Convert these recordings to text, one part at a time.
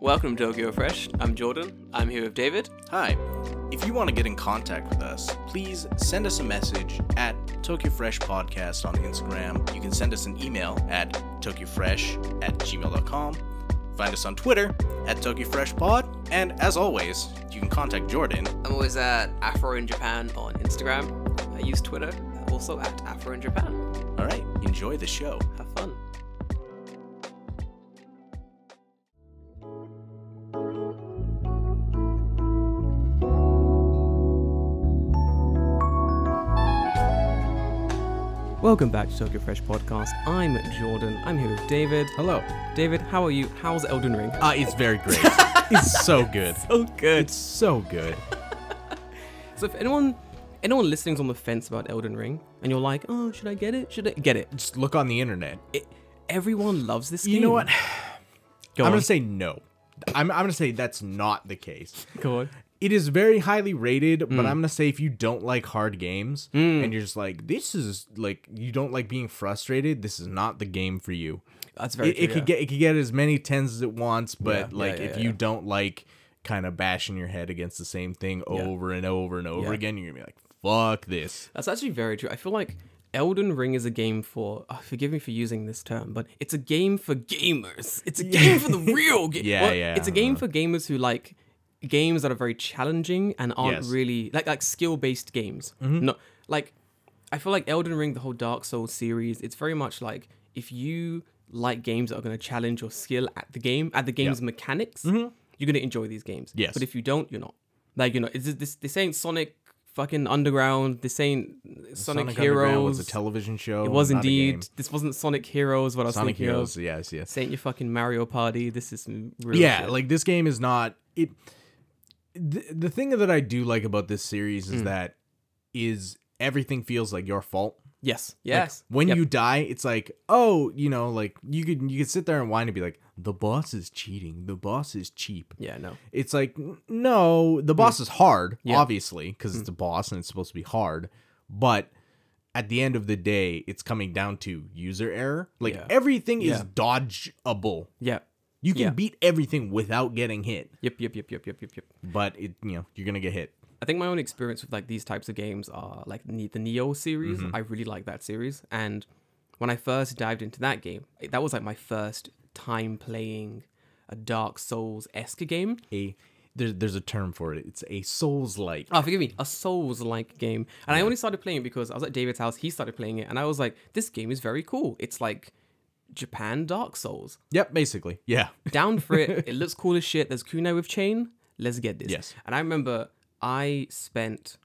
Welcome to Tokyo Fresh. I'm Jordan. I'm here with David. Hi. If you want to get in contact with us, please send us a message at Tokyo Fresh Podcast on Instagram. You can send us an email at tokyofresh at gmail.com. Find us on Twitter at Tokyo Fresh Pod. And as always, you can contact Jordan. I'm always at Afro in Japan on Instagram. I use Twitter, uh, also at Afro in Japan. All right, enjoy the show. Have fun. Welcome back to Tokyo Fresh Podcast. I'm Jordan. I'm here with David. Hello. David, how are you? How's Elden Ring? Uh, it's very great. it's so good. Oh, good. It's so good. So if anyone anyone listening's on the fence about Elden Ring and you're like, oh, should I get it? Should I get it? Just look on the internet. it everyone loves this game. You know what? Go I'm on. gonna say no. I'm, I'm gonna say that's not the case. Go on. It is very highly rated, Hmm. but I'm gonna say if you don't like hard games and you're just like this is like you don't like being frustrated, this is not the game for you. That's very It, it true, could yeah. get it could get as many tens as it wants, Yeah, but yeah, like yeah, if yeah. you don't like kind of bashing your head against the same thing over and over and over Yeah. again, you're gonna be like, fuck this. That's actually very true. I feel like Elden Ring is a game for oh, forgive me for using this term, but it's a game for gamers. It's a game for the real game. Yeah, yeah, uh-huh. It's a I game for gamers who like games that are very challenging and aren't Yes. really like like skill based games. Mm-hmm. No, like I feel like Elden Ring, the whole Dark Souls series, it's very much like if you like games that are going to challenge your skill at the game, at the game's mechanics, you're going to enjoy these games. Mm-hmm. Yes. But if you don't, you're not. Like, you know, it's this, this ain't Sonic fucking Underground. This ain't Sonic, Underground Heroes. was a television show. it was not a game. indeed. This wasn't Sonic Heroes, what I was Sonic thinking Heroes. of. Yes, yes. This ain't your fucking Mario Party. This is some real yeah shit. like this game is not it the, the thing that i do like about this series Hmm. is that is everything feels like your fault yes. Yes. when Yep. you die it's like oh you know like you could you could sit there and whine and be like the boss is cheating the boss is cheap Yeah, no. it's like n- no the boss is hard Yeah. Hmm. obviously because it's a boss and it's supposed to be hard but at the end of the day it's coming down to user error like Yeah. everything is Yeah. dodgeable Yeah. you can Yeah. beat everything without getting hit Yep, yep, yep, yep, yep, yep, yep. but it you know you're gonna get hit. I think my own experience with like these types of games are like Ne- the Neo series. I really like that series, and when I first dived into that game, it- that was like my first time playing a Dark Souls esque game. A there's there's a term for it. It's a Souls like. Oh, forgive me, a Souls like game. And I only started playing it because I was at David's house. He started playing it, and I was like, "This game is very cool. It's like Japan Dark Souls. Yep, basically. Yeah. down for it. It looks cool as shit. There's kunai with chain. Let's get this. Yes. And I remember I spent,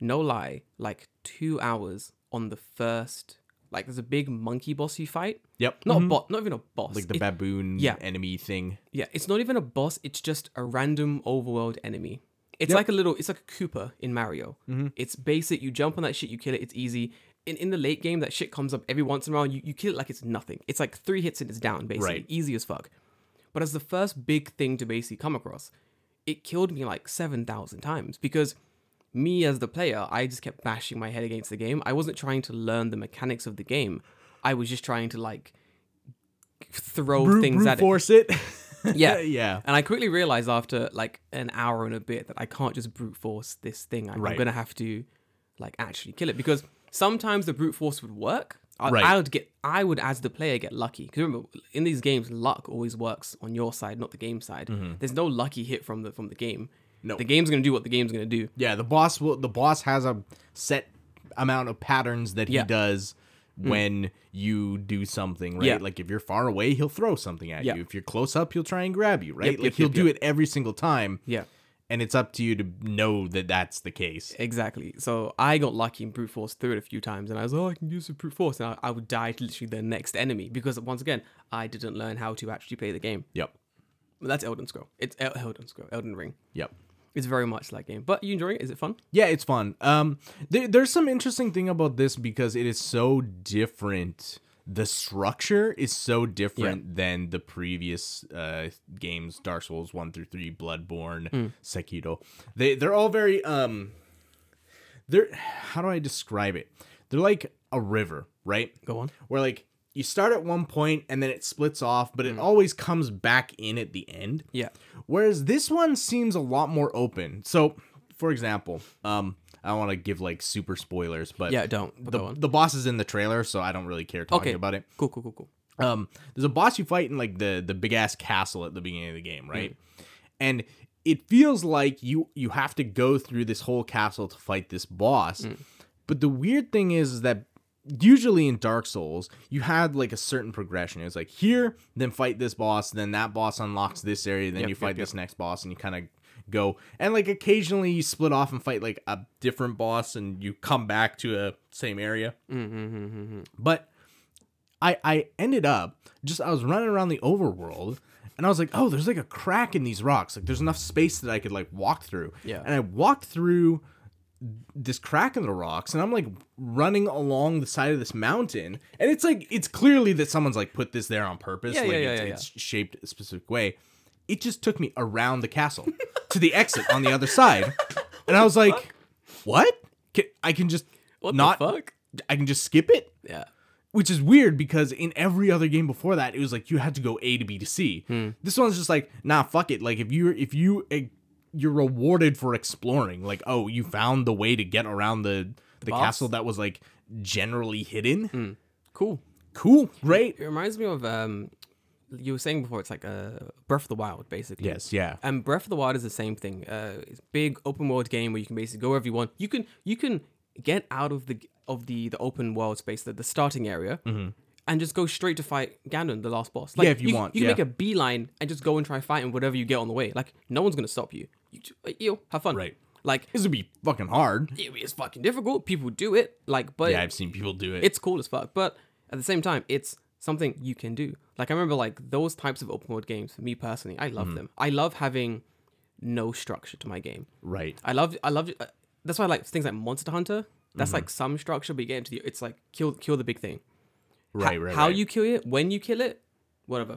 no lie, like two hours on the first. Like there's a big monkey boss you fight. Yep. Not a bot. Not even a boss. Mm-hmm. like the It- baboon yeah. enemy thing. yeah, it's not even a boss. It's just a random overworld enemy. It's like a little. It's like a Koopa in Mario. Mm-hmm. It's basic. You jump on that shit. You kill it. It's easy. In, in the late game, that shit comes up every once in a while. You, you kill it like it's nothing. It's like three hits and it's down, basically. Right. Easy as fuck. But as the first big thing to basically come across, it killed me like 7,000 times because me as the player, I just kept bashing my head against the game. I wasn't trying to learn the mechanics of the game. I was just trying to like throw Brute, things brute at it. force it. Yeah. yeah. And I quickly realized after like an hour and a bit that I can't just brute force this thing. I'm, I'm Right. gonna have to like actually kill it because sometimes the brute force would work. I, Right. I would get, I would as the player get lucky. Because remember, in these games, luck always works on your side, not the game side. There's no lucky hit from the from the game. Mm-hmm. No. the game's gonna do what the game's gonna do. Yeah. The boss will. The boss has a set amount of patterns that he Yeah. Hmm. does when you do something right Yeah. like if you're far away he'll throw something at Yeah. you if you're close up he'll try and grab you right yep, like he'll yep, do yep. it every single time Yeah. and it's up to you to know that that's the case Exactly. So I got lucky and brute force through it a few times, and I was oh, I can use the brute force, and I, I would die to literally the next enemy because once again, I didn't learn how to actually play the game. yep But that's Elden Scroll. It's El- Elden Scroll. Elden Ring. yep It's very much that game. But you enjoying it? Is it fun? Yeah, it's fun. Um, there, there's some interesting thing about this because it is so different. The structure is so different than the previous uh, games, Dark Souls one through three, Bloodborne, Sekiro. They they're all very um, they're how do I describe it? They're like a river, right? Go on. Where like you start at one point and then it splits off, but it always comes back in at the end. Yeah. Whereas this one seems a lot more open. So, for example, um, I don't want to give like super spoilers, but Yeah, don't. But go Uh, the, on. the boss is in the trailer, so I don't really care talking Okay. about it. Cool, cool, cool, cool. Um, there's a boss you fight in like the the big ass castle at the beginning of the game, right? Mm. And it feels like you you have to go through this whole castle to fight this boss. Mm. But the weird thing is, is that usually in Dark Souls, you had like a certain progression. It was like here, then fight this boss, then that boss unlocks this area, then Yep, you yep, fight this next boss, and you kind of go and like occasionally you split off and fight like a different boss and you come back to a same area Mm-hmm, but I I ended up just I was running around the overworld and I was like, oh, there's like a crack in these rocks. Like there's enough space that I could like walk through. Yeah. And I walked through this crack in the rocks and I'm like running along the side of this mountain and it's like it's clearly that someone's like put this there on purpose. Yeah, like yeah, it's, yeah, yeah, it's shaped a specific way. It just took me around the castle to the exit on the other side. And I was like, what? Can, I can just What not the fuck? I can just skip it? Yeah. which is weird because in every other game before that it was like you had to go a to b to c Hmm. this one's just like nah fuck it like if you if you eh, you're rewarded for exploring like oh you found the way to get around the the, boss? Hmm. castle that was like generally hidden Cool. cool great It reminds me of um, you were saying before. It's like uh, Breath of the Wild, basically. yes yeah And Breath of the Wild is the same thing. Uh, it's a big open world game where you can basically go wherever you want. You can you can get out of the of the the open world space, the, the starting area, and just go straight to fight Ganon, the last boss. Like, Mm-hmm. Yeah, if you want, you can yeah. make a beeline and just go and try fighting whatever you get on the way. Like no one's gonna stop you. You ju- you have fun. Right. Like this would be fucking hard it is fucking difficult. People do it. Like, but yeah i've seen people do it it's cool as fuck. But at the same time, it's something you can do. Like I remember like those types of open world games, for me personally, I Mm-hmm. love them. I love having no structure to my game. right I love I love uh, that's why I like things like Monster Hunter. That's Mm-hmm. like some structure, but you get into the it's like kill kill the big thing. Ho- right right How right. you kill it, when you kill it, whatever.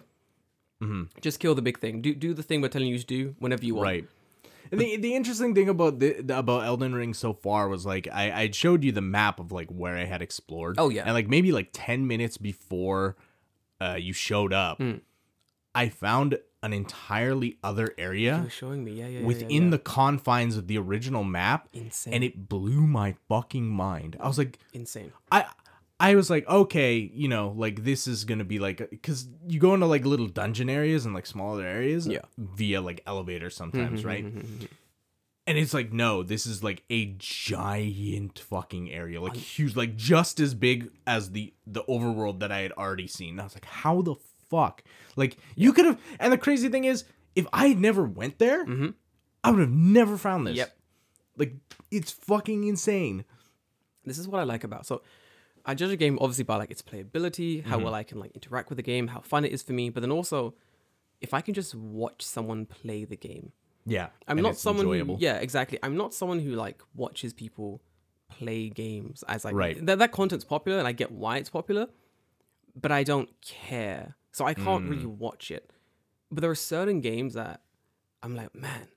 Just kill the big thing. Do do the thing we're telling you to do whenever you want. Mm-hmm. Right. And the the interesting thing about the, the- about Elden Ring so far was like I I showed you the map of like where I had explored. Oh, yeah. And like maybe like ten minutes before uh, you showed up, Hmm. I found an entirely other area You're Oh, showing me, yeah, yeah. yeah, within the confines of the original map, Insane. and it blew my fucking mind. I was like, yeah. insane. I I was like, okay, you know, like this is gonna be like, because you go into like little dungeon areas and like smaller areas, Yeah. Mm-hmm, via like elevators sometimes, right? And it's like, no, this is like a giant fucking area, like huge, like just as big as the the overworld that I had already seen. And I was like, how the fuck? Like you could have. And the crazy thing is, if I had never went there, I would have never found this. Mm-hmm. Yep. Like it's fucking insane. this is what I like about. So I judge a game obviously by like its playability, how well I can like interact with the game, how fun it is for me, but then also if I can just watch someone play the game. Yeah. I'm and not it's someone enjoyable. who yeah, exactly. I'm not someone who like watches people play games as like Right. that that content's popular and I get why it's popular, but I don't care. So I Hmm. can't really watch it. But there are certain games that I'm like, man,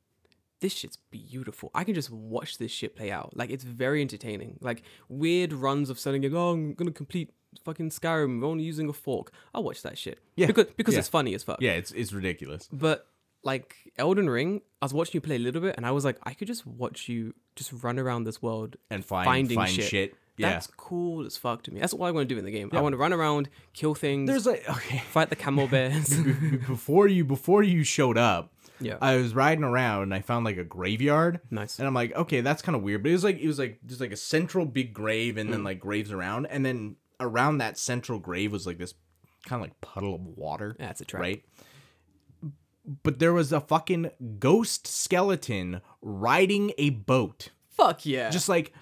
this shit's beautiful. I can just watch this shit play out. Like it's very entertaining. Like weird runs of selling it. Oh, I'm gonna complete fucking Skyrim only using a fork. I'll watch that shit. Yeah, because because yeah. it's funny as fuck. Yeah, it's it's ridiculous. But like Elden Ring, I was watching you play a little bit, and I was like, I could just watch you just run around this world And find finding find shit. shit. Yeah. That's cool as fuck to me. That's what I want to do in the game. I want to run around, kill things, There's like okay. fight the camel bears. Before you before you showed up, Yeah. I was riding around and I found like a graveyard. Nice. And I'm like, okay, that's kind of weird. But it was like it was like there's like a central big grave and Mm. then like graves around and then around that central grave was like this kind of like puddle of water. Yeah, it's a trap. Right. But there was a fucking ghost skeleton riding a boat. fuck yeah. just like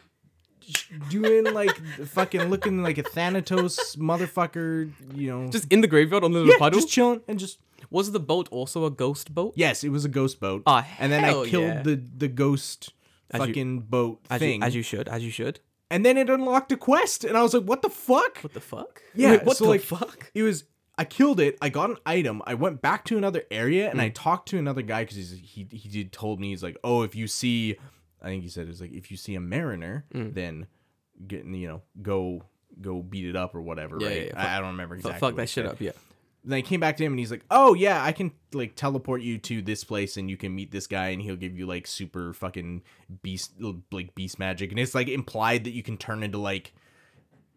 sh- doing like fucking looking like a Thanatos motherfucker, you know, just in the graveyard on the little yeah, puddle. just chilling and just Was the boat also a ghost boat? yes, it was a ghost boat. Ah, and then hell I killed yeah. the the ghost you- fucking boat as thing, you, as you should, as you should. and then it unlocked a quest, and I was like, what the fuck? What the fuck? Yeah, Wait, what so the like fuck? it was. I killed it. I got an item. I went back to another area and I Mm. talked to another guy because he he did told me he's like, oh, if you Mm. see, I think he said it's like if you see a mariner, then get you know go go beat it up or whatever. Yeah, right? yeah, yeah. I, I don't remember Fu- exactly. fuck what he that shit said. up. Yeah. Then I came back to him and he's like, "Oh yeah, I can like teleport you to this place and you can meet this guy and he'll give you like super fucking beast like beast magic and it's like implied that you can turn into like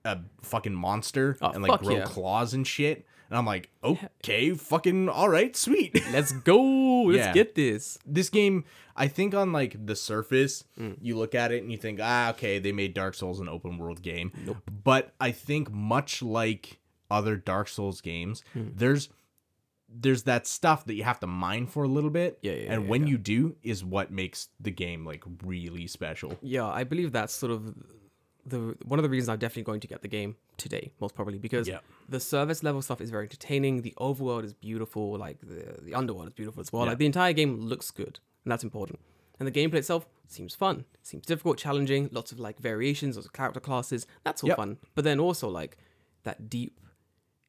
a fucking monster Oh, and like fuck grow yeah. claws and shit." And I'm like, "Okay, fucking all right, sweet." Let's go. Let's Yeah. get this. this game, I think on like the surface, Mm. you look at it and you think, ah, okay, they made Dark Souls an open world game. But I think much like other Dark Souls games, Hmm. there's there's that stuff that you have to mine for a little bit. Yeah, yeah, And yeah, when you do is what makes the game like really special. Yeah, I believe that's sort of the one of the reasons I'm definitely going to get the game today, most probably because Yeah. the service level stuff is very entertaining. The overworld is beautiful, like the the underworld is beautiful as well. Like the entire game looks good, and that's important. And the gameplay itself seems fun, seems difficult, challenging, lots of like variations, lots of character classes. That's all Yep. fun. But then also like that deep.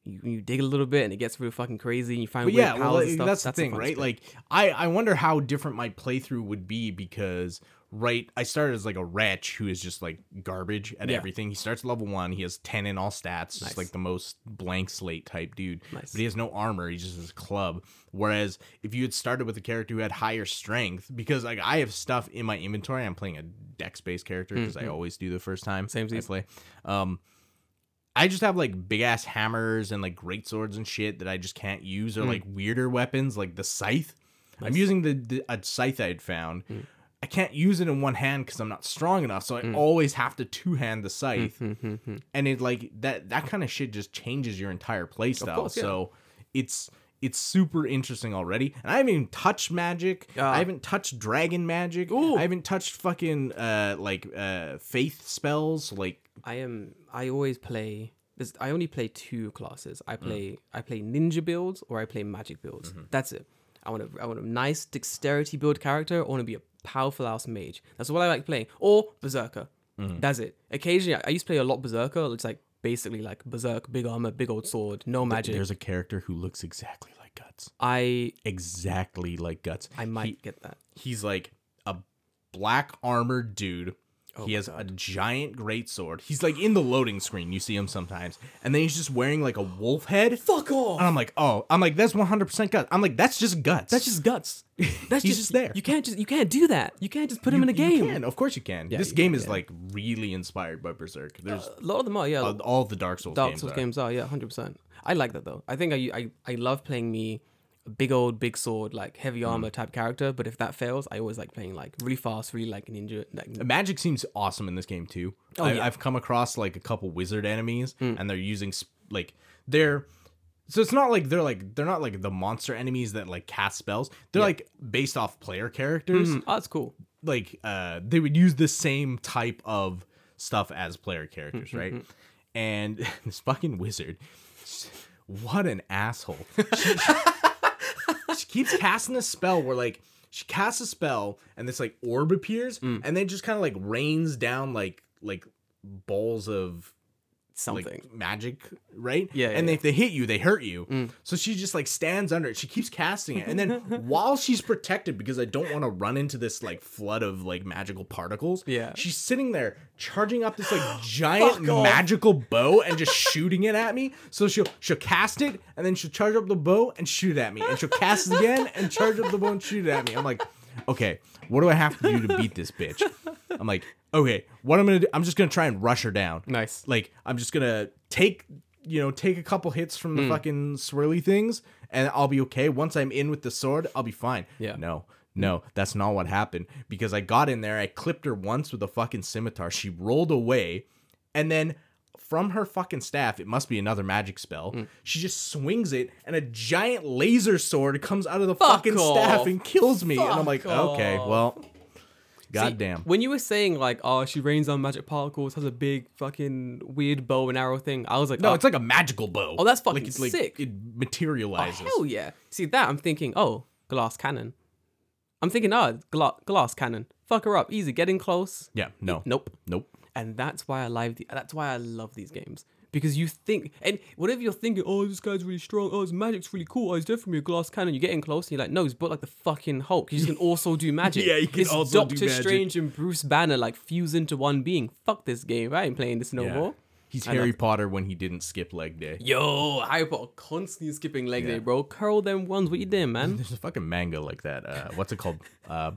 You, you dig a little bit and it gets real fucking crazy and you find But weird yeah, powers well, and stuff. that's the a thing, fun right? spin. Like, I I wonder how different my playthrough would be because right, I started as like a wretch who is just like garbage at Yeah. everything. He starts at level one, he has ten in all stats, just Nice. like the most blank slate type dude. Nice. But he has no armor; he's just his club. Whereas if you had started with a character who had higher strength, because like I have stuff in my inventory, I'm playing a dex based character because I always do the first time Mm-hmm. Same I as- play. Um, I just have like big ass hammers and like great swords and shit that I just can't use, Hmm. or like weirder weapons like the scythe. I'm using the, the a scythe I'd found. Hmm. I can't use it in one hand because I'm not strong enough, so I always have to two hand the scythe, Hmm, and it like that that kind of shit just changes your entire playstyle. course, yeah. So it's it's super interesting already, and I haven't even touched magic. Ah. I haven't touched dragon magic. I haven't touched fucking uh like uh faith spells like I am. I always play. This, I only play two classes. I play. I play ninja builds or I play magic builds. That's it. I want a. I want a nice dexterity build character. I want to be a powerful house mage. That's what I like playing. Or berserker. That's it. Occasionally, I- I used to play a lot berserker. It's like basically like berserk, big armor, big old sword, no magic. There's a character who looks exactly like Guts. I Exactly like Guts. I might get that. He's like a black armored dude. Oh he has a giant greatsword. He's like in the loading screen. You see him sometimes. And then he's just wearing like a wolf head. Fuck off. And I'm like, oh, I'm like, that's 100% Guts. I'm like, that's just Guts. Uh, That's just guts. That's He's just, just there. You can't just. You can't do that. You can't just put him in a You game. can, Of course you can. this you game can, is yeah. like really inspired by Berserk. There's A lot of them are. Yeah. uh, all the Dark Souls Dark games. Souls are. games are, yeah, hundred percent. I like that though. I think I, I I love playing me a big old big sword like Mm. heavy armor type character. But if that fails, I always like playing like really fast, really like ninja. Like, Magic seems awesome in this game too. I, yeah. I've come across like a couple wizard enemies, and they're using sp- like they're. So it's not like they're like they're not like the monster enemies that like cast spells. They're like based off player characters. Mm, oh, that's cool. Like uh, they would use the same type of stuff as player characters, right? And this fucking wizard, what an asshole! she keeps casting a spell where like she casts a spell and this like orb appears and then just kind of like rains down like like balls of like Something. magic right Yeah, yeah, and yeah. Mm. if they hit you they hurt you so she just like stands under it she keeps casting it and then while she's protected because i don't want to run into this like flood of like magical particles Yeah. she's sitting there charging up this like giant Fuck off. magical bow and just shooting it at me. So she'll she'll cast it and then she'll charge up the bow and shoot it at me. And she'll cast it again and charge up the bow and shoot it at me. I'm like, okay, what do I have to do to beat this bitch? I'm like, okay, what I'm gonna do, I'm just gonna try and rush her down. Nice. Like, I'm just gonna take you know, take a couple hits from Hmm. the fucking swirly things and I'll be okay. Once I'm in with the sword, I'll be fine. Yeah. No, no, that's not what happened. Because I got in there, I clipped her once with a fucking scimitar. She rolled away, and then from her fucking staff, it must be another magic spell. Hmm. She just swings it, and a giant laser sword comes out of the fucking off. staff and kills me. and I'm Fuck like, okay, off. well, See, goddamn. When you were saying like, oh, she rains on magic particles, has a big fucking weird bow and arrow thing. I was like, no, oh, it's like a magical bow. Oh, that's fucking it's sick. Oh, It materializes. hell yeah. See that I'm thinking, oh, glass cannon. I'm thinking, oh, gla- glass cannon. Fuck her up, easy, getting close. yeah, no, Nope. nope. and that's why I like the, that's why I love these games because you think and whatever you're thinking, oh this guy's really strong, oh his magic's really cool, oh he's definitely a glass cannon. You get in close and you're like, no, he's built like the fucking Hulk. He just can also do magic. Yeah, he can it's also do Doctor magic. Strange and Bruce Banner like fuse into one being. Fuck this game. Uh-huh. I ain't playing this no Yeah. more. He's Harry Potter when he didn't skip leg day. Yo, Harry Potter constantly skipping leg day, bro. Curl them ones. What you doing, man? There's a fucking manga like that. Uh, what's it called? Uh,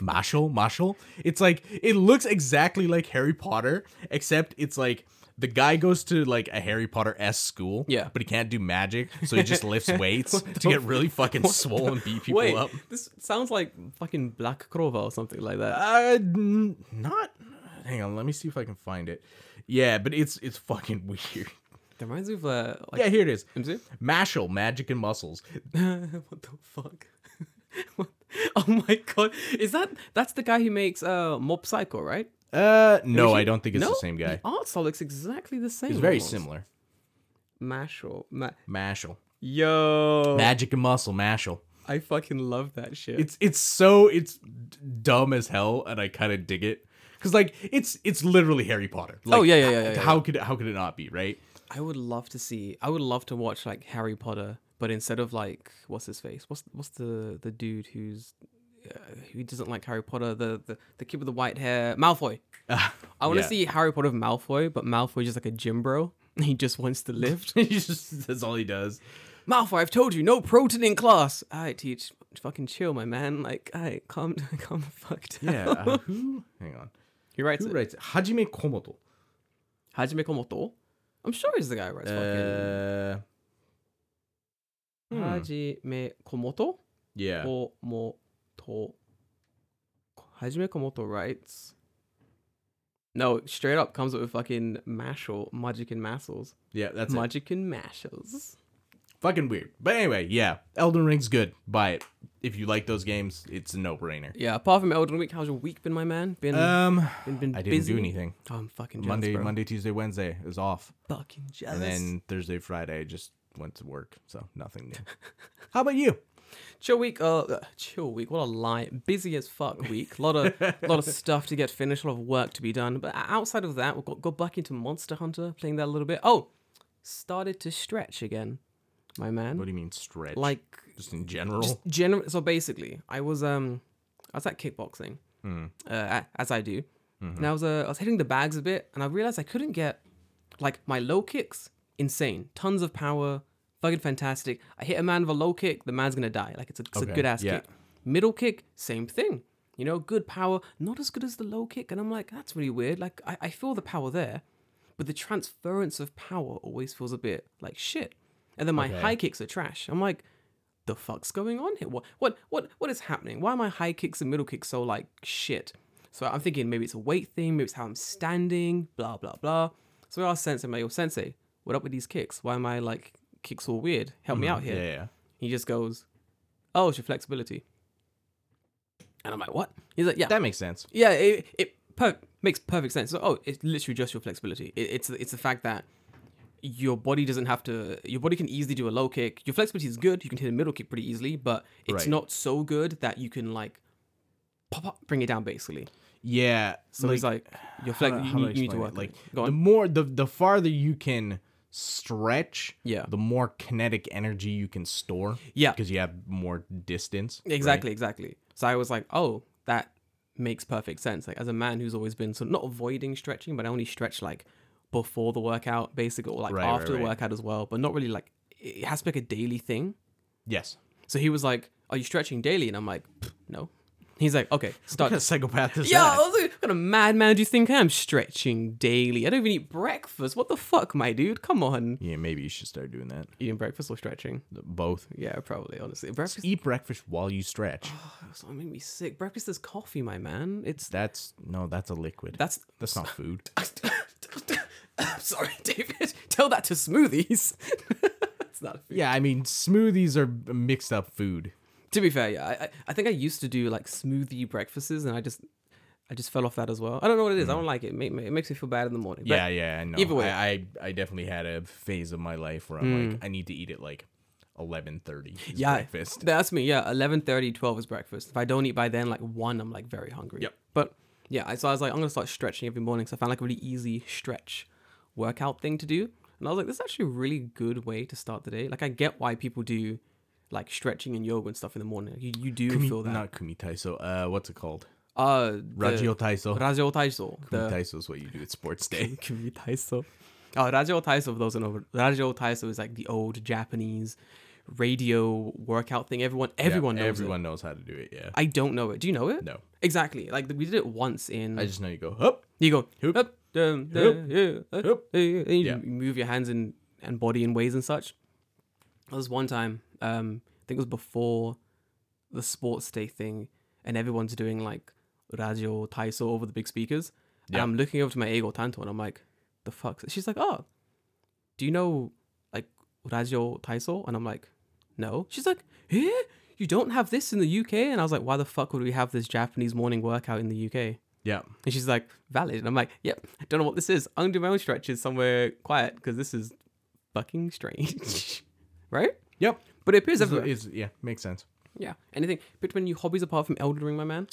Marshall? Marshall? It's like, it looks exactly like Harry Potter, except it's like the guy goes to like a Harry Potter S school, Yeah. but he can't do magic, so he just lifts weights to get really fucking swollen, and beat people Wait, up. this sounds like fucking Black Clover or something like that. Uh, n- not. Hang on, let me see if I can find it. Yeah, but it's it's fucking weird. That reminds me of uh, like Yeah, here it is. MC? Mashal, magic and muscles. what the fuck? What- Oh my god, is that that's the guy who makes uh Mob Psycho, right? Uh, no, Is I he- don't think it's No, the same guy. The art style looks exactly the same. It's very almost. similar. Mashal, Ma- Mashal, yo, magic and muscle. Mashal. I fucking love that shit. It's it's so it's d- dumb as hell, and I kind of dig it because like it's it's literally Harry Potter. Like, Oh, yeah, yeah, yeah, yeah, yeah. How could it- how could it not be right? I would love to see. I would love to watch like Harry Potter, but instead of like what's his face? What's what's the the dude who's uh, who doesn't like Harry Potter? The, the the kid with the white hair, Malfoy. I want to yeah. see Harry Potter with Malfoy, but Malfoy just like a gym bro. He just wants to lift. He just that's all he does. Malfoy, I've told you, no protein in class. I teach. Fucking chill, my man. Like, I calm, calm the fuck down. Yeah. uh, who? Hang on. He writes Who uh-huh. it. writes it? Hajime Komoto? Hajime Komoto. I'm sure he's the guy who writes Uh, fucking hmm. Hajime Komoto. yeah. Komoto. Hajime Komoto writes. No, straight up comes up with fucking Mashal, Magic and Massels. Yeah, that's it. Magic and Mashals. fucking weird. But anyway, yeah, Elden Ring's good. Buy it if you like those games. It's a no-brainer. Yeah, apart from Elden Week, how's your week been, my man? Been, Um, been, been I didn't busy? do anything. Oh, I'm fucking jealous, Monday, bro. Monday, Tuesday, Wednesday is off, Fucking jealous. and then Thursday, Friday, I just went to work. So nothing new. How about you? chill week. Uh, uh, chill week. What a lie. Busy as fuck week. A lot of lot of stuff to get finished. A lot of work to be done. But o- outside of that, we got got back into Monster Hunter, playing that a little bit. Oh, started to stretch again, my man. What do you mean stretch? like just in general? general. So basically, I was um, I was at kickboxing, Hmm. uh, a- as I do, Mm-hmm. and I was uh, I was hitting the bags a bit, and I realized I couldn't get like my low kicks insane, tons of power, fucking fantastic. I hit a man with a low kick, the man's gonna die. Like it's a, it's Okay, a good ass yeah. kick. Middle kick, same thing. You know, good power, not as good as the low kick, and I'm like, that's really weird. Like I, I feel the power there, but the transference of power always feels a bit like shit. And then my Okay. high kicks are trash. I'm like, the fuck's going on here? What what what what is happening? Why are my high kicks and middle kicks so like shit? So I'm thinking maybe it's a weight thing, maybe it's how I'm standing, blah blah blah. So I asked Sensei, I'm like, yo, Sensei, what up with these kicks? Why am I like kicks all weird? Help me out Mm, yeah, here. yeah. He just goes, Oh, it's your flexibility. And I'm like, what? He's like, yeah, That makes sense. yeah, it, it per- makes perfect sense. So, oh, it's literally just your flexibility. It, it's it's the fact that your body doesn't have to. Your body can easily do a low kick. Your flexibility is good. You can hit a middle kick pretty easily, but it's Right. not so good that you can like pop up, bring it down basically. Yeah. So it's like your how flex. do- you, how do I need, you need to explain it? work. Like, Like go the on. more the the farther you can stretch, Yeah. the more kinetic energy you can store. Yeah. because you have more distance. right? Exactly, exactly. So I was like, oh, that makes perfect sense. Like as a man who's always been so not avoiding stretching, but I only stretch like before the workout, basically, or like Right, right, after the right. workout as well, but not really like it has to be like a daily thing. Yes. So he was like, "Are you stretching daily?" And I'm like, "Pff, "No." He's like, "Okay, What start." kind of psychopath is Uh, Yeah, I that? was like, what kind of madman do you think I am? Stretching daily. I don't even eat breakfast. What the fuck, my dude? Come on. Yeah, maybe you should start doing that. Eating breakfast or stretching? Both. Yeah, probably. Honestly, breakfast. Eat breakfast while you stretch. That's what made me sick. Breakfast is coffee, my man. It's That's no, that's a liquid. that's. that's not food. Sorry, David. Tell that to smoothies. it's not a food. Yeah, I mean smoothies are mixed up food. To be fair, yeah, I, I- I think I used to do like smoothie breakfasts, and I just, I just fell off that as well. I don't know what it is. I don't like it. It, make, it makes me feel bad in the morning. But yeah, yeah, I know. either way- I, Hmm. I I definitely had a phase of my life where I'm like, I need to eat at like eleven thirty. yeah, breakfast. That's me. Yeah, 11:30, 12 is breakfast. If I don't eat by then, like one, I'm like very hungry. Yep. But yeah, I- so I was like, I'm gonna start stretching every morning. So I found like a really easy stretch workout thing to do, and I was like, this is actually a really good way to start the day. Like I get why people do like stretching and yoga and stuff in the morning. You, you do Kumi- feel that. Not kumi taiso. Uh, what's it called? Uh, the- Rajio taiso. Rajyo Taiso. Kumi The taiso is what you do at sports day. Kumi Taiso. Uh, Rajo Taiso, for those who know, Rajo Taiso is like the old Japanese radio workout thing. Everyone, everyone Yeah, knows it. everyone knows how to do it. Yeah. I don't know it. Do you know it? No. Exactly. Like we did it once in. I just know you go up. you go Hoop. up, down, down, yeah, up, Hoop. yeah, yeah, and you Yeah. move your hands and, and body in ways and such. There was one time, um, I think it was before the sports day thing, and everyone's doing like radio taiso over the big speakers. And Yeah. I'm looking over to my ego tanto, and I'm like, "The fuck?" She's like, "Oh, do you know like radio taiso?" And I'm like, "No." She's like, "Eh? You don't have this in the UK?" And I was like, "Why the fuck would we have this Japanese morning workout in the UK?" Yeah. And she's like, valid. And I'm like, yep, don't know what this is. I'm gonna do my own stretches somewhere quiet because this is fucking strange. right? Yep. But it appears It's, everywhere. it's, yeah, makes sense. yeah. Anything. Picked any new hobbies apart from Elden Ring, my man?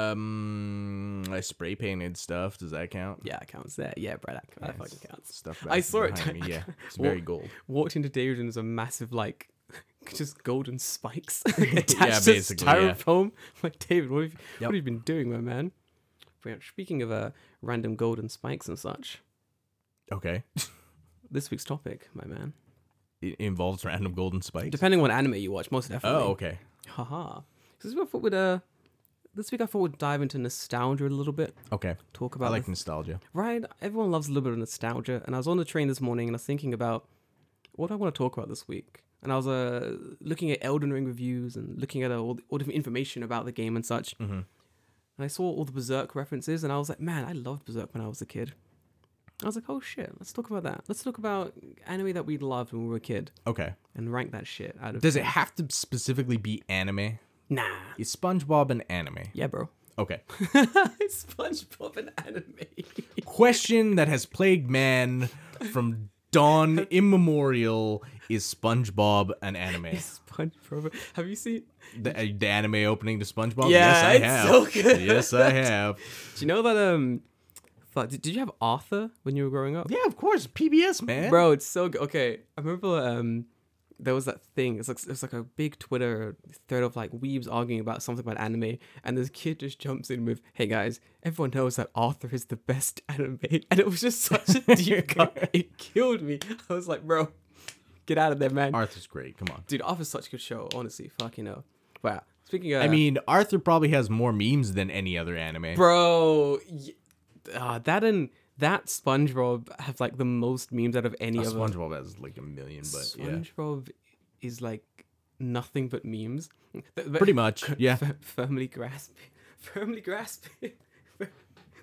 Um, I spray painted stuff. Does that count? Yeah, it counts there. Yeah, bro, that, that fucking counts. Stuff. I back saw it. behind me, Yeah, it's Well, very gold. Walked into David and there's a massive, like, just golden spikes attached to basically, yeah. styrofoam. I'm like, David, what have, you, Yep. what have you been doing, my man? But yeah, Speaking of uh, random golden spikes and such, Okay. this week's topic, my man. It involves random golden spikes. Depending on what anime you watch, most definitely. Oh, okay. Haha. So This week I thought we'd uh, this week I thought we'd dive into nostalgia a little bit. Okay. Talk I about like the- nostalgia. right. Everyone loves a little bit of nostalgia, and I was on the train this morning and I was thinking about what do I want to talk about this week, and I was uh looking at Elden Ring reviews and looking at uh, all the, all different information about the game and such. Mm-hmm. And I saw all the Berserk references, and I was like, man, I loved Berserk when I was a kid. I was like, oh shit, let's talk about that. Let's talk about anime that we loved when we were a kid Okay. and rank that shit out of. Does it have to specifically be anime? Nah. Is SpongeBob an anime? Yeah, bro. Okay. SpongeBob and anime. Question that has plagued man from dawn immemorial: Is SpongeBob an anime? SpongeBob. Have you seen? The, uh, the anime opening to SpongeBob? Yeah, yes, I it's have. so good. Yes, I have. Do you know that um? Fuck. Did, did you have Arthur when you were growing up? Yeah, of course. PBS, man. Bro, it's so good. Okay, I remember um, there was that thing. It's like it's like a big Twitter thread of like weebs arguing about something about anime, and this kid just jumps in with, "Hey guys, everyone knows that Arthur is the best anime," and it was just such a deep cut. It killed me. I was like, bro, get out of there, man. Arthur's great. Come on. Dude, Arthur's such a good show. Honestly, fucking hell. Wow. Speaking of, I mean, Arthur probably has more memes than any other anime. bro y- ah, that and that spongebob have like the most memes out of any Uh, other SpongeBob has like a million, but yeah. spongebob is like nothing but memes Th- th- Pretty much. Yeah. fir- firmly grasp firmly grasp it.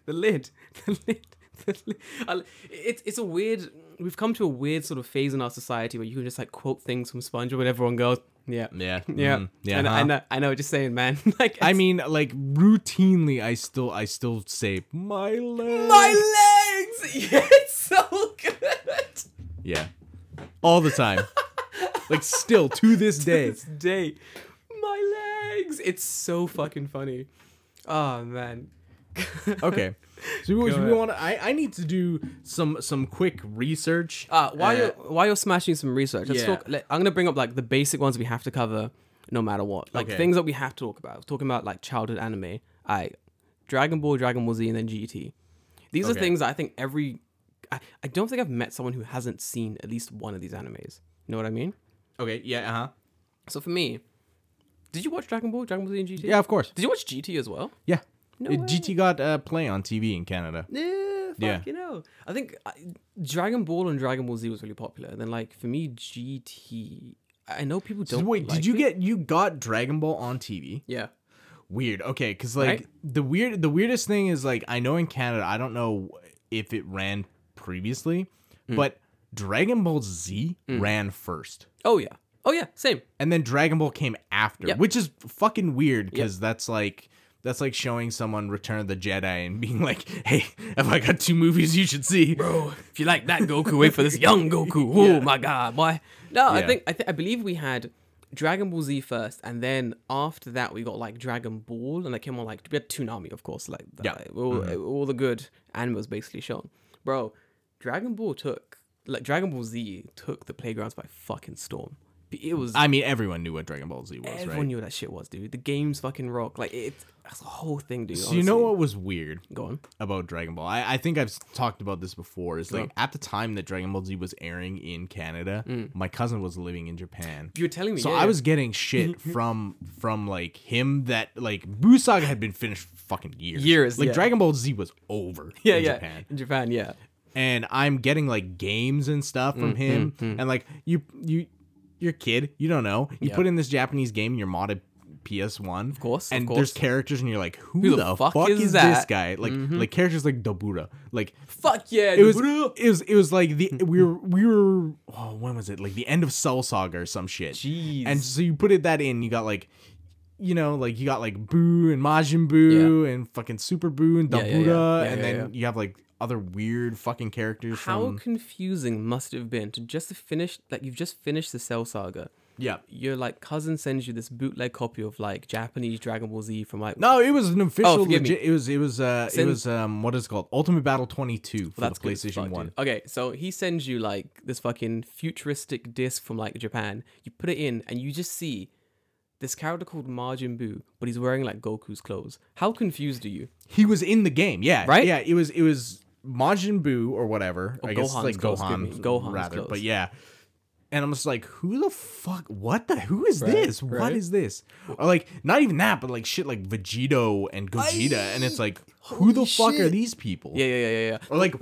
the lid the lid the lid. I l- It's it's a weird. We've come to a weird sort of phase in our society where you can just like quote things from SpongeBob and everyone goes, yeah, Yeah. yeah, mhm, Yeah. I know, I huh? know, I know. Just saying, man. like, I mean, like routinely, I still, I still say my leg. My legs! Yeah, it's so good! Yeah, all the time. like still to this day. This day. My legs! It's so fucking funny. Oh, man. Okay. So Go we, so we ahead. want. I I need to do some some quick research. Uh, while, Uh, you're, while you're smashing some research, let's Yeah. talk. Let, I'm going to bring up like the basic ones we have to cover no matter what. Like Okay. things that we have to talk about. Talking about like childhood anime, I, Dragon Ball, Dragon Ball Z, and then GT. These are Okay. things that I think every. I, I don't think I've met someone who hasn't seen at least one of these animes. You know what I mean? Okay. Yeah. Uh huh. So for me, did you watch Dragon Ball, Dragon Ball Z, and GT? Yeah. Of course. Did you watch GT as well? Yeah. No Uh, way. GT got uh, play on TV in Canada. Yeah, Yeah. fuck you know. I think I, Dragon Ball and Dragon Ball Z was really popular. And then like for me, GT. I know people don't. Wait, like did you it. get you got Dragon Ball on TV? Yeah. Weird. Okay, because like Right? the weird, the weirdest thing is like I know in Canada, I don't know if it ran previously, Hmm. but Dragon Ball Z ran first, Oh yeah. Oh yeah. Same. and then Dragon Ball came after, Yep. which is fucking weird because that's like. That's like showing someone Return of the Jedi and being like, "Hey, have I got two movies you should see?" Bro, if you like that Goku, wait for this young Goku. Oh my god, boy. No, I Yeah. think I, th- I believe we had Dragon Ball Z first, and then after that we got like Dragon Ball, and that came on like we had Toonami, of course, like the- Yeah. Mm-hmm. like, all, all the good anime was basically shown. Bro, Dragon Ball took like Dragon Ball Z took the playgrounds by fucking storm. it was I mean, everyone knew what Dragon Ball Z was, everyone right? knew what that shit was, dude. The games fucking rock. Like it's that's the whole thing, dude. so you know honestly. what was weird Go on. about Dragon Ball? I, I think I've s- talked about this before. Is like at the time that Dragon Ball Z was airing in Canada, my cousin was living in Japan. You were telling me. So Mm. yeah, I yeah. was getting shit from from like him that like Buu Saga had been finished for fucking years. Years, Like yeah. Dragon Ball Z was over yeah, in yeah, Japan. in Japan, yeah. And I'm getting like games and stuff from him. And like you you you're a kid, you don't know. You Yeah. put in this Japanese game in your modded PS1. Of course, of And course. there's characters and you're like, who, the, fuck, is, this that? guy? Like like characters like Dobura. Like Fuck yeah, it was dude. it was it was like the we were we were oh, when was it like the end of Cell Saga or some shit. Jeez. And so you put it that in, you got like, you know, like you got like Boo and Majin Buu and fucking Super Boo and Yeah, yeah, yeah. Dabuda, Yeah, and yeah, then yeah. you have like other weird fucking characters How from confusing must it have been to just finish like you've just finished the Cell Saga. yeah. Your like cousin sends you this bootleg copy of like Japanese Dragon Ball Z from like No, it was an official. Oh, forgive me. legit, it was it was uh it Sin- was um what is it called Ultimate Battle Twenty Two for the good as fuck, PlayStation dude. One. Okay, so he sends you like this fucking futuristic disc from like Japan. You put it in, and you just see this character called Majin Buu, but he's wearing like Goku's clothes. How confused are you? He was in the game, yeah, Right? Oh, Yeah, it was it was Majin Buu or whatever. I guess it's Gohan's like clothes, give me Gohan, Gohan's rather, clothes. but yeah. And I'm just like, who the fuck? What the? Who is Right, this? What right. is this? Or like, not even that, but like shit, like Vegito and Gogeta, and it's like, who the fuck are these people? Yeah, yeah, yeah, yeah. yeah. Or like,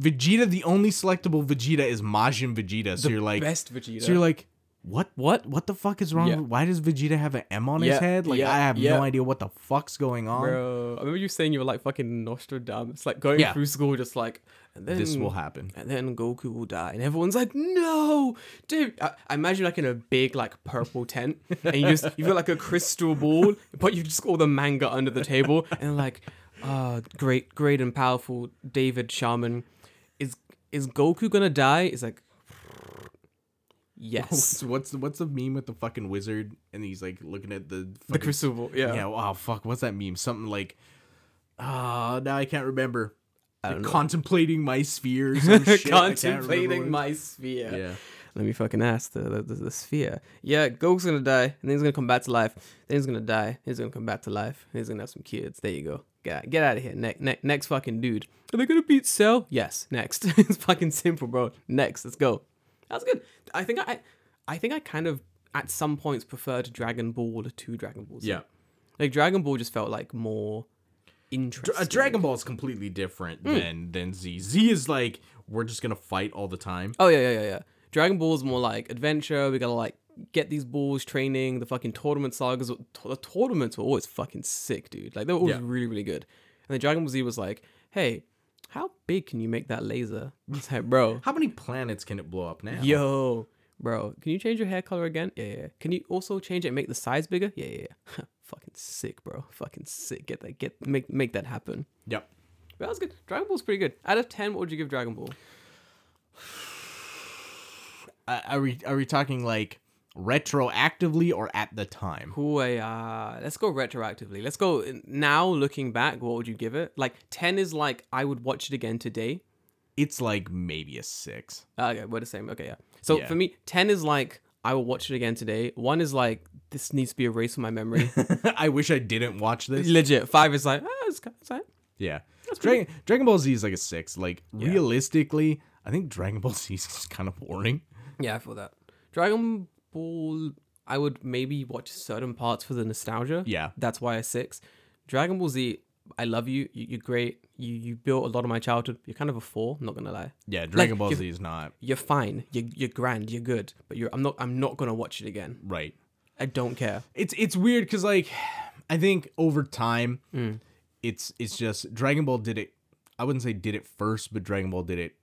Vegeta. The only selectable Vegeta is Majin Vegeta. So you're like, Best Vegeta. so you're like, what? What? What the fuck is wrong? Yeah. with- Why does Vegeta have an M on Yeah, his head? Like, yeah, I have yeah. no idea what the fuck's going on. Bro, I remember you saying you were like fucking Nostradamus, like going Yeah. through school, just like and then This will happen. and then Goku will die, and everyone's like, "No, dude!" I, I imagine like in a big like purple tent, and you just you've got like a crystal ball, but you've just got all the manga under the table, and like, uh, great, great and powerful David Shaman, is is Goku gonna die? It's like, yes, What's what's the, what's the meme with the fucking wizard and he's like looking at the fucking, the crystal ball, yeah. Yeah, oh fuck, what's that meme? Something like ah, now I can't remember. don't know. Contemplating my sphere. or some shit, I can't remember Contemplating what my sphere. it- Yeah. Let me fucking ask the, the, the, the sphere. Yeah, Goku's gonna die, and then he's gonna come back to life. Then he's gonna die. and he's gonna come back to life. and he's gonna have some kids. There you go. Get, get out of here. Ne- ne- next fucking dude. Are they gonna beat Cell? Yes. Next. it's fucking simple, bro. Next. Let's go. That was good. I think I, I think I kind of at some points preferred Dragon Ball to Dragon Ball. Z. Yeah. Like Dragon Ball just felt like more Dra- interesting. uh, Dragon Ball is completely different than than Z. Z is like we're just gonna fight all the time. Oh yeah, yeah, yeah, yeah. Dragon Ball's more like adventure. We gotta like get these balls training. The fucking tournament sagas, were- to- the tournaments were always fucking sick, dude. Like they were always Yeah. really, really good. And then Dragon Ball Z was like, hey, how big can you make that laser? It's like, bro, How many planets can it blow up now? yo, bro, can you change your hair color again? Yeah, yeah. yeah. Can you also change it and make the size bigger? Yeah, yeah, yeah. fucking sick, bro. Fucking sick. Get that. Get make make that happen. Yep. But that was good. Dragon Ball's pretty good. Out of ten, what would you give Dragon Ball? Uh, are we are we talking like retroactively or at the time? Ooh, I, uh, let's go retroactively. Let's go now. Looking back, what would you give it? Like ten is like I would watch it again today. It's like maybe a six. Uh, okay, we're the same. Okay, yeah. So Yeah. for me, ten is like I will watch it again today. One is like this needs to be erased from my memory. I wish I didn't watch this. Legit. Five is like ah, it's kind of fine. Yeah. Dragon, Dragon Ball Z is like a six. Like realistically, I think Dragon Ball Z is just kind of boring. Yeah, I feel that. Dragon Ball. I would maybe watch certain parts for the nostalgia. Yeah. That's why I six. Dragon Ball Z. I love you. you you're great. You you built a lot of my childhood. You're kind of a four. I'm not gonna lie. Yeah, Dragon Ball give- Z is not you're fine. You're, you're grand. You're good. But you're. I'm not. I'm not gonna watch it again. right. I don't care. It's it's weird because like I think over time, Mm. it's it's just Dragon Ball did it. I wouldn't say did it first, but Dragon Ball did it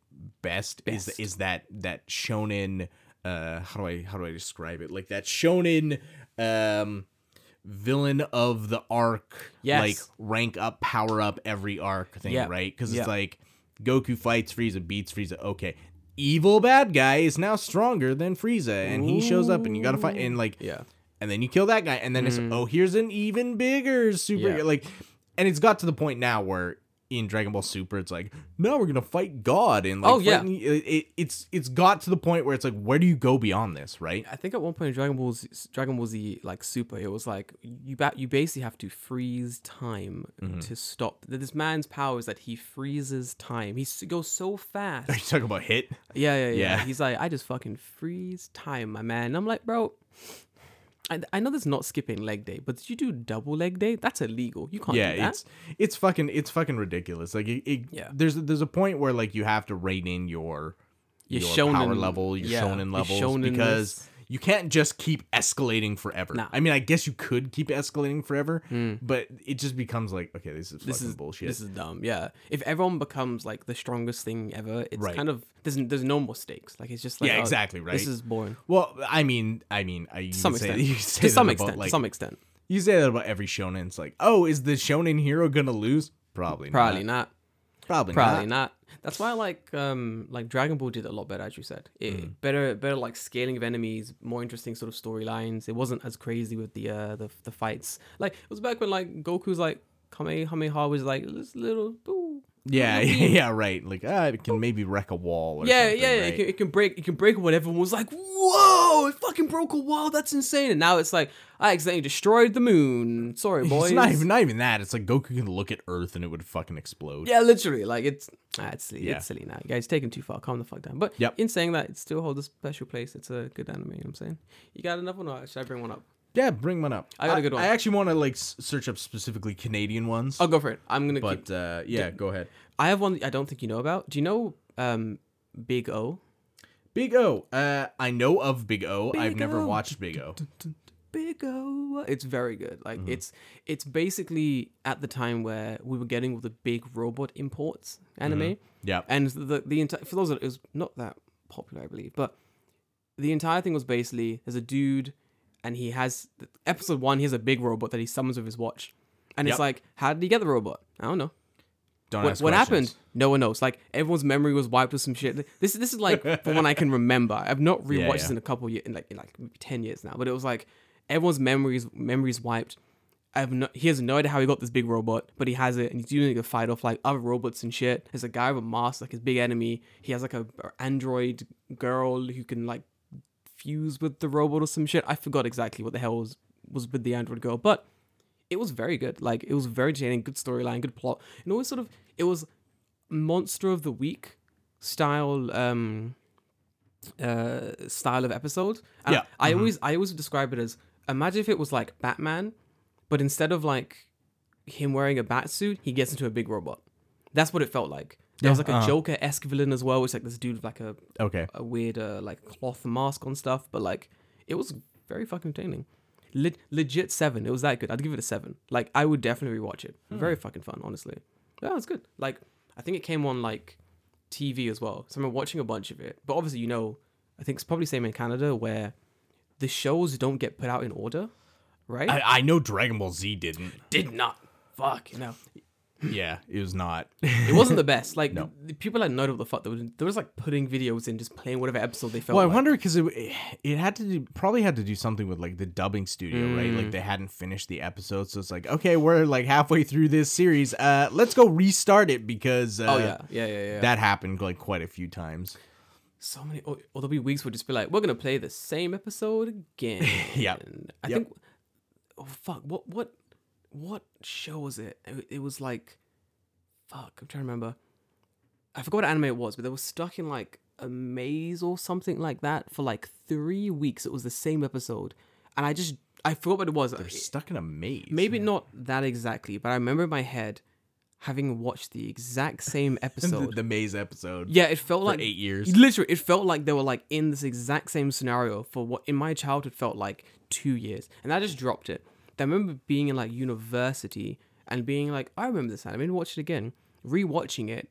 best. Is Best. is that that shonen? Uh, how do I how do I describe it? Like that shonen. Um, villain of the arc Yes. like rank up power up every arc thing Yeah. right because Yeah. it's like goku fights frieza beats frieza okay evil bad guy is now stronger than frieza and he shows up and you gotta fight and like Yeah. and then you kill that guy and then it's oh here's an even bigger super Mm. Yeah. like and it's got to the point now where in Dragon Ball Super, it's like, no, we're gonna fight God, and like, Oh, yeah. fighting- it, it, it's it's got to the point where it's like, where do you go beyond this, right? I think at one point in Dragon Ball Z, Dragon Ball Z like Super, it was like you ba- you basically have to freeze time Mm-hmm. to stop. This man's power is that he freezes time. He s- goes so fast. Are you talking about hit? yeah, yeah, yeah, Yeah. He's like, I just fucking freeze time, my man. And I'm like, bro. I, I know that's not skipping leg day, but did you do double leg day? That's illegal. You can't yeah, do that. it's it's fucking it's fucking ridiculous. Like, it, it, Yeah. there's there's a point where like you have to rein in your Your power shonen- level, your yeah, shonen your levels, shonen-ness. because you can't just keep escalating forever. Nah. Mm. I mean, I guess you could keep escalating forever, but it just becomes like, okay, this is this fucking is bullshit. This is dumb. Yeah. If everyone becomes like the strongest thing ever, it's Right. kind of there's there's no more stakes. Like it's just like Yeah, oh, exactly, right? This is boring. well, I mean, I mean, I you To some could say- extent. you could say to that some about, extent. like, to some extent. You say that about every shonen. It's like, oh, is the shonen hero gonna lose? Probably, Probably not. not. Probably, Probably not. not. That's why like um like Dragon Ball did it a lot better, as you said. It Mm. better better like scaling of enemies, more interesting sort of storylines. It wasn't as crazy with the uh the, the fights. Like it was back when like Goku's like Kamehameha was like this little boo. Yeah, yeah, yeah, right. Like, ah, it can maybe wreck a wall. Or Yeah, something, yeah, right? it, can, it can break it can break what everyone was like, whoa, it fucking broke a wall, that's insane. And now it's like, I accidentally destroyed the moon. Sorry, boys. It's not even not even that. It's like Goku can look at Earth and it would fucking explode. Yeah, literally. Like it's ah, it's silly. Yeah. It's silly now. You guys taking too far. Calm the fuck down. But Yep. in saying that, it still holds a special place. It's a good anime, you know what I'm saying? You got another one or should I bring one up? Yeah, bring one up. I got a good one. I actually want to like s- search up specifically Canadian ones. I'll Oh, go for it. I'm gonna keep but uh, yeah, go ahead. I have one that I don't think you know about. Do you know um Big O? Big O. Uh, I know of Big O. have never O. watched Big O. Big O. It's very good. Like Mm-hmm. it's it's basically at the time where we were getting all the big robot imports anime. Yeah. And the the entire for those that it was not that popular, I believe, but the entire thing was basically there's a dude and he has episode one. He has a big robot that he summons with his watch, and Yep. it's like, how did he get the robot? I don't know. Don't What, ask what questions. happened? No one knows. Like everyone's memory was wiped with some shit. This this is like from when I can remember. I've not rewatched yeah. this in a couple years, in like in like ten years now. But it was like everyone's memories memories wiped. I have no, he has no idea how he got this big robot, but he has it, and he's using it to fight off like other robots and shit. There's a guy with a mask, like his big enemy. He has like a, a android girl who can like fuse with the robot or some shit. I forgot exactly what the hell was was with the android girl, but it was very good. Like it was very entertaining, good storyline, good plot, and always sort of it was monster of the week style um uh style of episode. And Yeah, I always I always describe it as imagine if it was like Batman, but instead of like him wearing a bat suit, he gets into a big robot. That's what it felt like. There was like a Joker esque villain as well, which like this dude with like a Okay. a weird uh, like cloth mask on stuff, but like it was very fucking entertaining. Le- legit seven. It was that good. I'd give it a seven. Like I would definitely rewatch it. Very fucking fun, honestly. Yeah, it's good. Like I think it came on like TV as well, so I'm watching a bunch of it. But obviously, you know, I think it's probably same in Canada where the shows don't get put out in order, right? I, I know Dragon Ball Z didn't. did not. Fuck no. yeah, it was not. It wasn't the best. Like the people that know what the fuck they were, they was like putting videos in, just playing whatever episode they felt. Well, I like. wonder because it, it had to do, probably had to do something with like the dubbing studio, right? Mm. Like they hadn't finished the episode, so it's like, okay, we're like halfway through this series. Uh, let's go restart it because uh, Oh yeah, yeah, yeah, yeah. that happened like quite a few times. so many or, or there'll be weeks we'll just be like we're gonna play the same episode again Yeah. i Yep. think oh fuck what what what show was it? it it was like fuck i'm trying to remember i forgot what anime it was but they were stuck in like a maze or something like that for like three weeks it was the same episode and i just i forgot what it was They're stuck in a maze. maybe not that exactly but i remember in my head having watched the exact same the, episode the maze episode. yeah, it felt like eight years. Literally, it felt like they were like in this exact same scenario for what in my childhood felt like two years, and I just dropped it. I remember being in like university and being like, I remember this anime, and watch it again, rewatching it,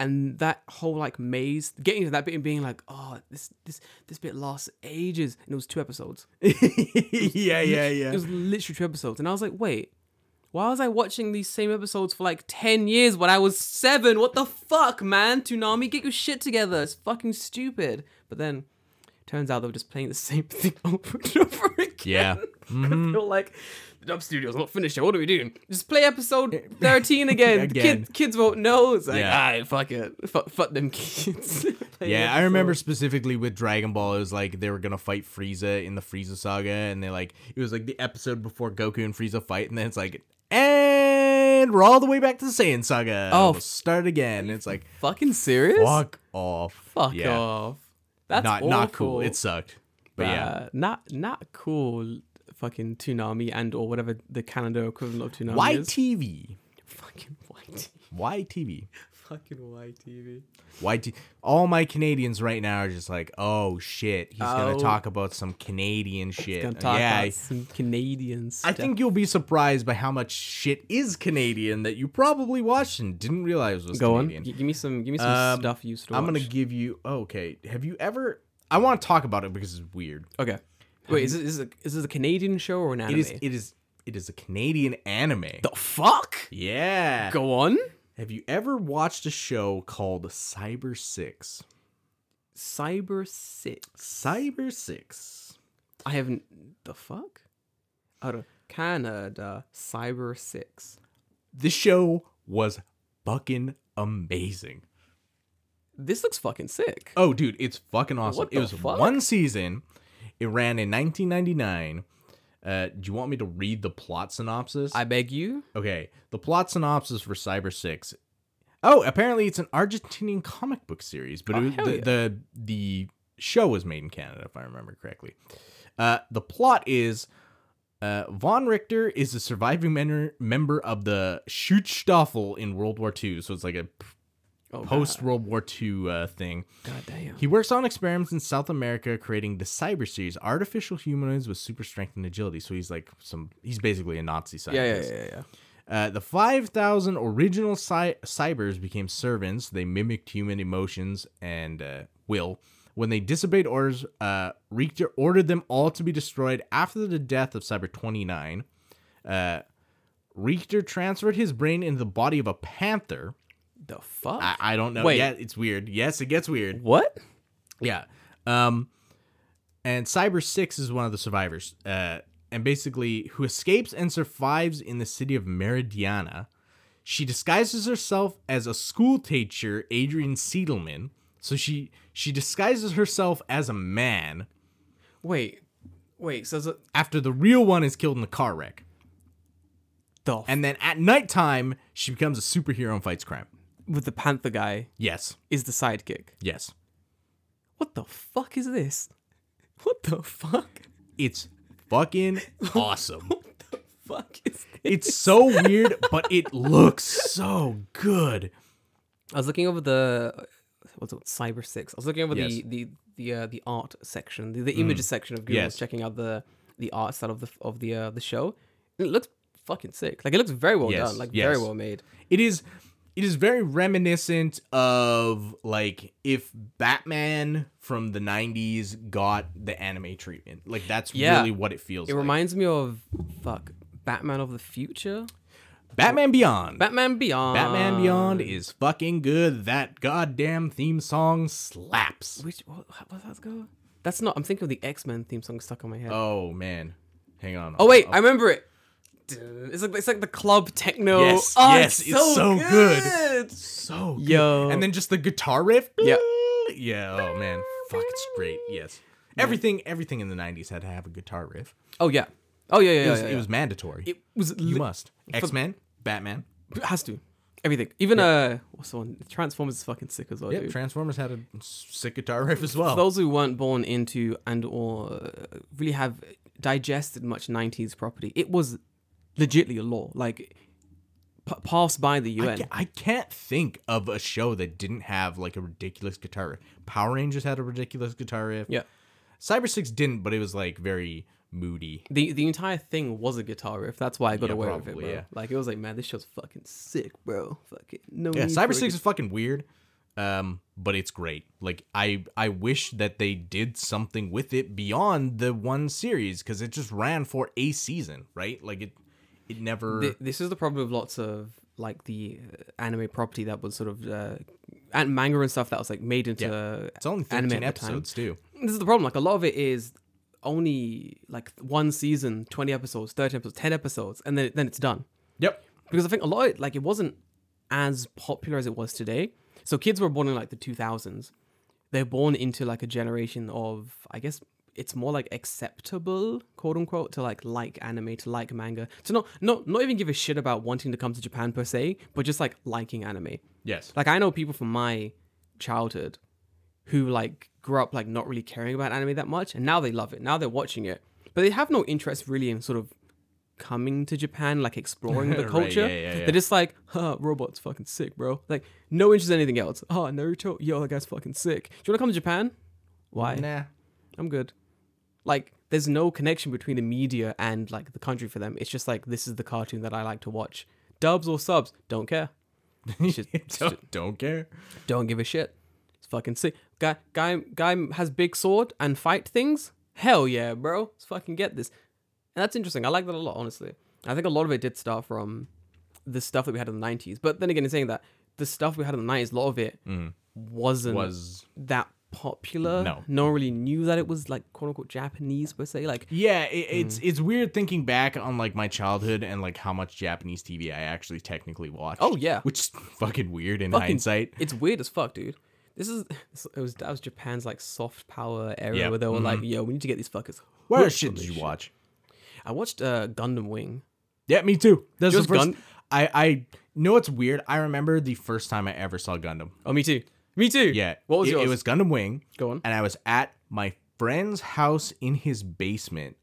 and that whole like maze, getting to that bit and being like, oh, this this this bit lasts ages, and it was two episodes. yeah, yeah, It yeah. was literally two episodes, and I was like, wait. Why was I watching these same episodes for like 10 years when I was seven? What the fuck, man? Toonami, get your shit together. It's fucking stupid. But then, turns out they were just playing the same thing over and over again. Yeah. I feel like Dub Studios not finished yet. What are we doing? Just play episode thirteen again. The Again. Kids, kids won't know. It's like, Yeah. ah, fuck it, fuck, fuck them kids. Play Yeah, I episode. remember specifically with Dragon Ball, it was like they were gonna fight Frieza in the Frieza saga, and they like it was like the episode before Goku and Frieza fight, and then it's like, and we're all the way back to the Saiyan saga. Oh, We'll start again. And it's like, Fucking serious? fuck off, Fuck Yeah. off. That's not awful. not cool. It sucked, but yeah, Uh, not not cool. Fucking Toonami and or whatever the Canada equivalent of Toonami why is. TV? Fucking YT. Why TV? Fucking YTV. Why t- all my Canadians right now are just like, oh shit, he's Oh. gonna talk about some Canadian shit. Gonna talk yeah, about some Canadian stuff. I think you'll be surprised by how much shit is Canadian that you probably watched and didn't realize was Go on. Canadian. G- give me some. Give me some Um, stuff you used to I'm gonna watch. give you. oh, okay, have you ever? I want to talk about it because it's weird. Okay. Wait, is this, is, this a, is this a Canadian show or an anime? It is. It is. It is a Canadian anime. the fuck? yeah. Go on. Have you ever watched a show called Cyber Six? Cyber Six. Cyber Six. I haven't. The fuck? Out of Canada, Cyber Six. This show was fucking amazing. This looks fucking sick. Oh, dude, it's fucking awesome. What it the was fuck? one season. It ran in 1999. Uh, do you want me to read the plot synopsis? I beg you. okay, the plot synopsis for Cyber Six. Oh, apparently it's an Argentinian comic book series, but Oh, it was, hell the, yeah. the the show was made in Canada, if I remember correctly. Uh, the plot is. Uh, Von Richter is a surviving men- member of the Schutzstaffel in World War II, so it's like a Oh, post World War II uh, thing. God, God damn. He works on experiments in South America, creating the Cyber Series, artificial humanoids with super strength and agility. So he's like some, he's basically a Nazi Yeah, yeah, scientist. yeah, yeah. Uh, the 5,000 original cy- cybers became servants. They mimicked human emotions and uh, will. When they disobeyed orders, uh, Richter ordered them all to be destroyed after the death of Cyber 29. Uh, Richter transferred his brain into the body of a panther. The fuck? I, I don't know Wait. yet. It's weird. Yes, it gets weird. what? Yeah. Um and Cyber 6 is one of the survivors. Uh and basically who escapes and survives in the city of Meridiana. She disguises herself as a school teacher, Adrian Seidelman. So she she disguises herself as a man Wait, wait. So is it after the real one is killed in a car wreck. the f- And then at nighttime, she becomes a superhero and fights crime. with the panther guy Yes. is the sidekick? Yes. What the fuck is this? What the fuck? It's fucking awesome. What the fuck is this? It's so weird, but it looks so good. I was looking over the what's it called? Cyber Six. I was looking over the Yes. the the uh, the art section, the, the images section of Google, Yes. checking out the the art style of the of the uh, the show. And it looks fucking sick. Like it looks very well Yes, done. Like yes. very well made. It is it is very reminiscent of like if Batman from the 90s got the anime treatment. Like that's Yeah. really what it feels It like. reminds me of fuck Batman of the future. Batman Beyond. Batman Beyond. Batman Beyond is fucking good. That goddamn theme song slaps. Which what, what's that go? That's not. I'm thinking of the X Men theme song stuck on my head. Oh, Oh man. Hang on. wait, I remember it. It's like it's like the club techno. Yes, oh, yes, it's so good. so good. Yo. And then just the guitar riff. Yeah. Yeah. Oh man. Fuck, it's great. Yes. Everything everything in the 90s had to have a guitar riff. Oh yeah. Oh yeah, yeah, yeah. It was, yeah, it was mandatory. It was you li- must. X Men, Batman. it has to. Everything. Even uh, what's the one? Transformers is fucking sick as well. Yep. dude. Transformers had a sick guitar riff as well. Those who weren't born into and or uh, really have digested much '90s property, it was legitly a law. Like p- passed by the UN. I ca- I can't think of a show that didn't have like a ridiculous guitar riff. Power Rangers had a ridiculous guitar riff. yeah. Cyber Six didn't, but it was like very moody. the the entire thing was a guitar riff. That's why I got Yeah, away with it, probably, bro. yeah. Like it was like, man, this show's fucking sick, bro. Fucking no. Yeah, need for Cyber a Six gu- is fucking weird, um, but it's great. Like I, I wish that they did something with it beyond the one series because it just ran for a season, right? Like it, it never. Th- This is the problem with lots of like the uh, anime property that was sort of uh, and manga and stuff that was like made into it's only anime thirteen at the time. episodes too. This is the problem. Like a lot of it is only like one season, 20 episodes, 30 episodes, 10 episodes, and then, then it's done. Yep. Because I think a lot of, like, it wasn't as popular as it was today. So kids were born in like the 2000s. They're born into like a generation of, I guess, it's more like acceptable, quote unquote, to like like anime, to like manga, to not not not even give a shit about wanting to come to Japan per se, but just like liking anime. Yes. Like I know people from my childhood who like grew up like not really caring about anime that much and now they love it. Now they're watching it. But they have no interest really in sort of coming to Japan, like exploring the Right, culture. yeah, yeah, yeah. They're just like, huh, robots fucking sick, bro. Like no interest in anything else. Oh Naruto, yo, that guy's fucking sick. Do you wanna come to Japan? Why? Nah. I'm good. Like, there's no connection between the media and like the country for them. It's just like this is the cartoon that I like to watch. Dubs or subs, don't care. Shit, don't, don't care. don't give a shit. It's fucking sick. Guy, guy, guy has big sword and fight things. Hell yeah, bro. Let's fucking get this. And that's interesting. I like that a lot, honestly. I think a lot of it did start from the stuff that we had in the '90s. But then again, in saying that, the stuff we had in the '90s, a lot of it wasn't Mm. Was that popular. No. no one really knew that it was like quote unquote Japanese per se. Like, Yeah, it, Hmm. it's it's weird thinking back on like my childhood and like how much Japanese TV I actually technically watched. Oh, yeah. which is fucking weird in Fucking- hindsight. it's weird as fuck, dude. This is it was that was Japan's like soft power era Yeah. Mm-hmm. where they were like, yo, we need to get these fuckers. What hooked shit on did this you watch? I watched uh, Gundam Wing. Yeah, me too. That's Just the first. Gun- I I know it's weird. I remember the first time I ever saw Gundam. Oh, me too. Me too. Yeah, What was it, yours? It was Gundam Wing. Go on. And I was at my friend's house in his basement,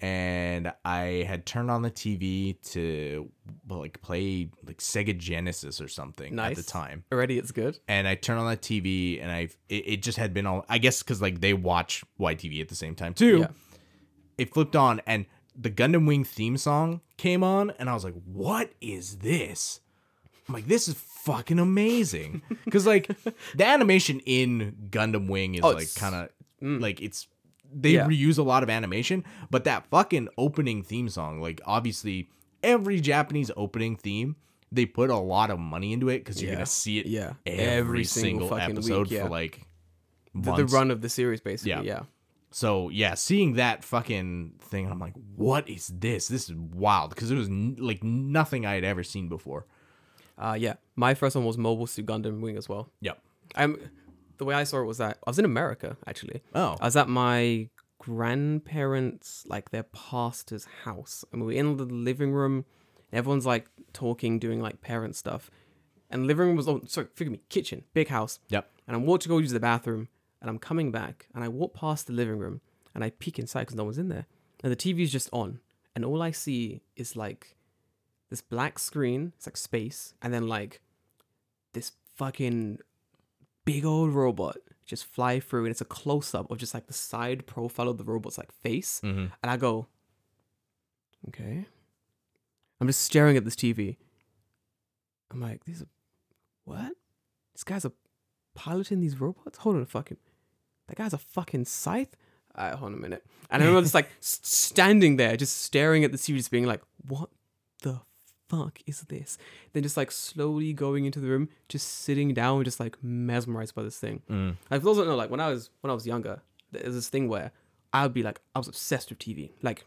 and I had turned on the TV to well, like play like Sega Genesis or something at the Nice. time. already. It's good. and I turn on that TV and I it, it just had been all I guess because like they watch YTV at the same time too. Yeah. It flipped on and the Gundam Wing theme song came on and I was like, "What is this?" I'm like, "This is fucking amazing," because like the animation in Gundam Wing is like Oh, it's- Mm. kind of like it's they Yeah. reuse a lot of animation, but that fucking opening theme song, like obviously every Japanese opening theme. They put a lot of money into it because you're Yeah. gonna see it Yeah. every, single, fucking episode week, yeah. for like The, months. the run of the series, basically. Yeah. Yeah. So yeah, seeing that fucking thing, I'm like, what is this? This is wild because it was n- like nothing I had ever seen before. Uh, yeah. My first one was Mobile Suit Gundam Wing as well. Yep. I'm the way I saw it was that I was in America actually. Oh. I was at my grandparents, like their pastor's house, and we were in the living room. And everyone's like talking, doing like parent stuff, and the living room was oh sorry, forgive me, kitchen, big house. Yep. And I'm walking to go use the bathroom, and I'm coming back, and I walk past the living room, and I peek inside because no one's in there, and the TV's just on, and all I see is like this black screen, it's like space, and then like this fucking big old robot just fly through and it's a close up of just like the side profile of the robot's like face Mhm. and I go okay I'm just staring at this TV I'm like these are what this guy's a piloting these robots hold on a fucking that guy's a fucking scythe uh, hold on a minute and I remember just like s- standing there just staring at the TV just being like what the fuck is this then just like slowly going into the room just sitting down just like mesmerized by this thing Mm. I also know, like when I was when I was younger, there's this thing where I would be like, I was obsessed with TV. Like,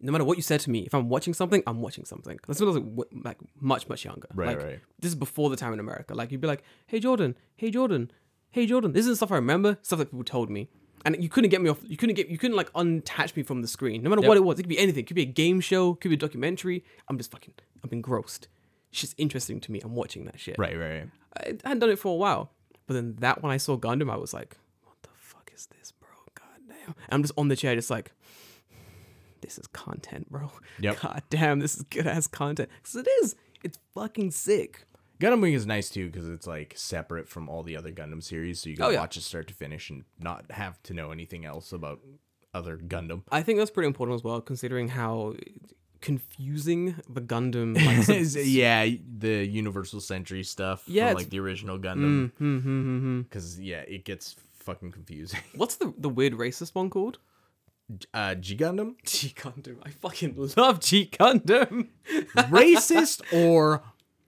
no matter what you said to me, if I'm watching something, I'm watching something. That's when I was like, w- like much much younger. Right, Like, right. This is before the time in America. Like you'd be like, Hey Jordan, Hey Jordan, Hey Jordan. This is stuff I remember, stuff that people told me. And you couldn't get me off. You couldn't get. You couldn't like untouch me from the screen. No matter what it was, it could be anything. It could be a game show. It could be a documentary. I'm just fucking. I'm engrossed. It's just interesting to me. I'm watching that shit. Right, right, right. I hadn't done it for a while. But then that when I saw Gundam, I was like, what the fuck is this, bro? God damn. And I'm just on the chair, just like, this is content, bro. Yep. God damn, this is good ass content. Because it is. It's fucking sick. Gundam Wing is nice too because it's like separate from all the other Gundam series, so you can Oh, yeah. watch it start to finish and not have to know anything else about other Gundam. I think that's pretty important as well, considering how confusing the Gundam like, sort of yeah, the Universal Century stuff. Yeah, it's- Mm, hmm, from, like the original Gundam. Because yeah, it gets fucking confusing. What's the, the weird racist one called? Uh, G Gundam, G Gundam. I fucking love G Gundam. racist or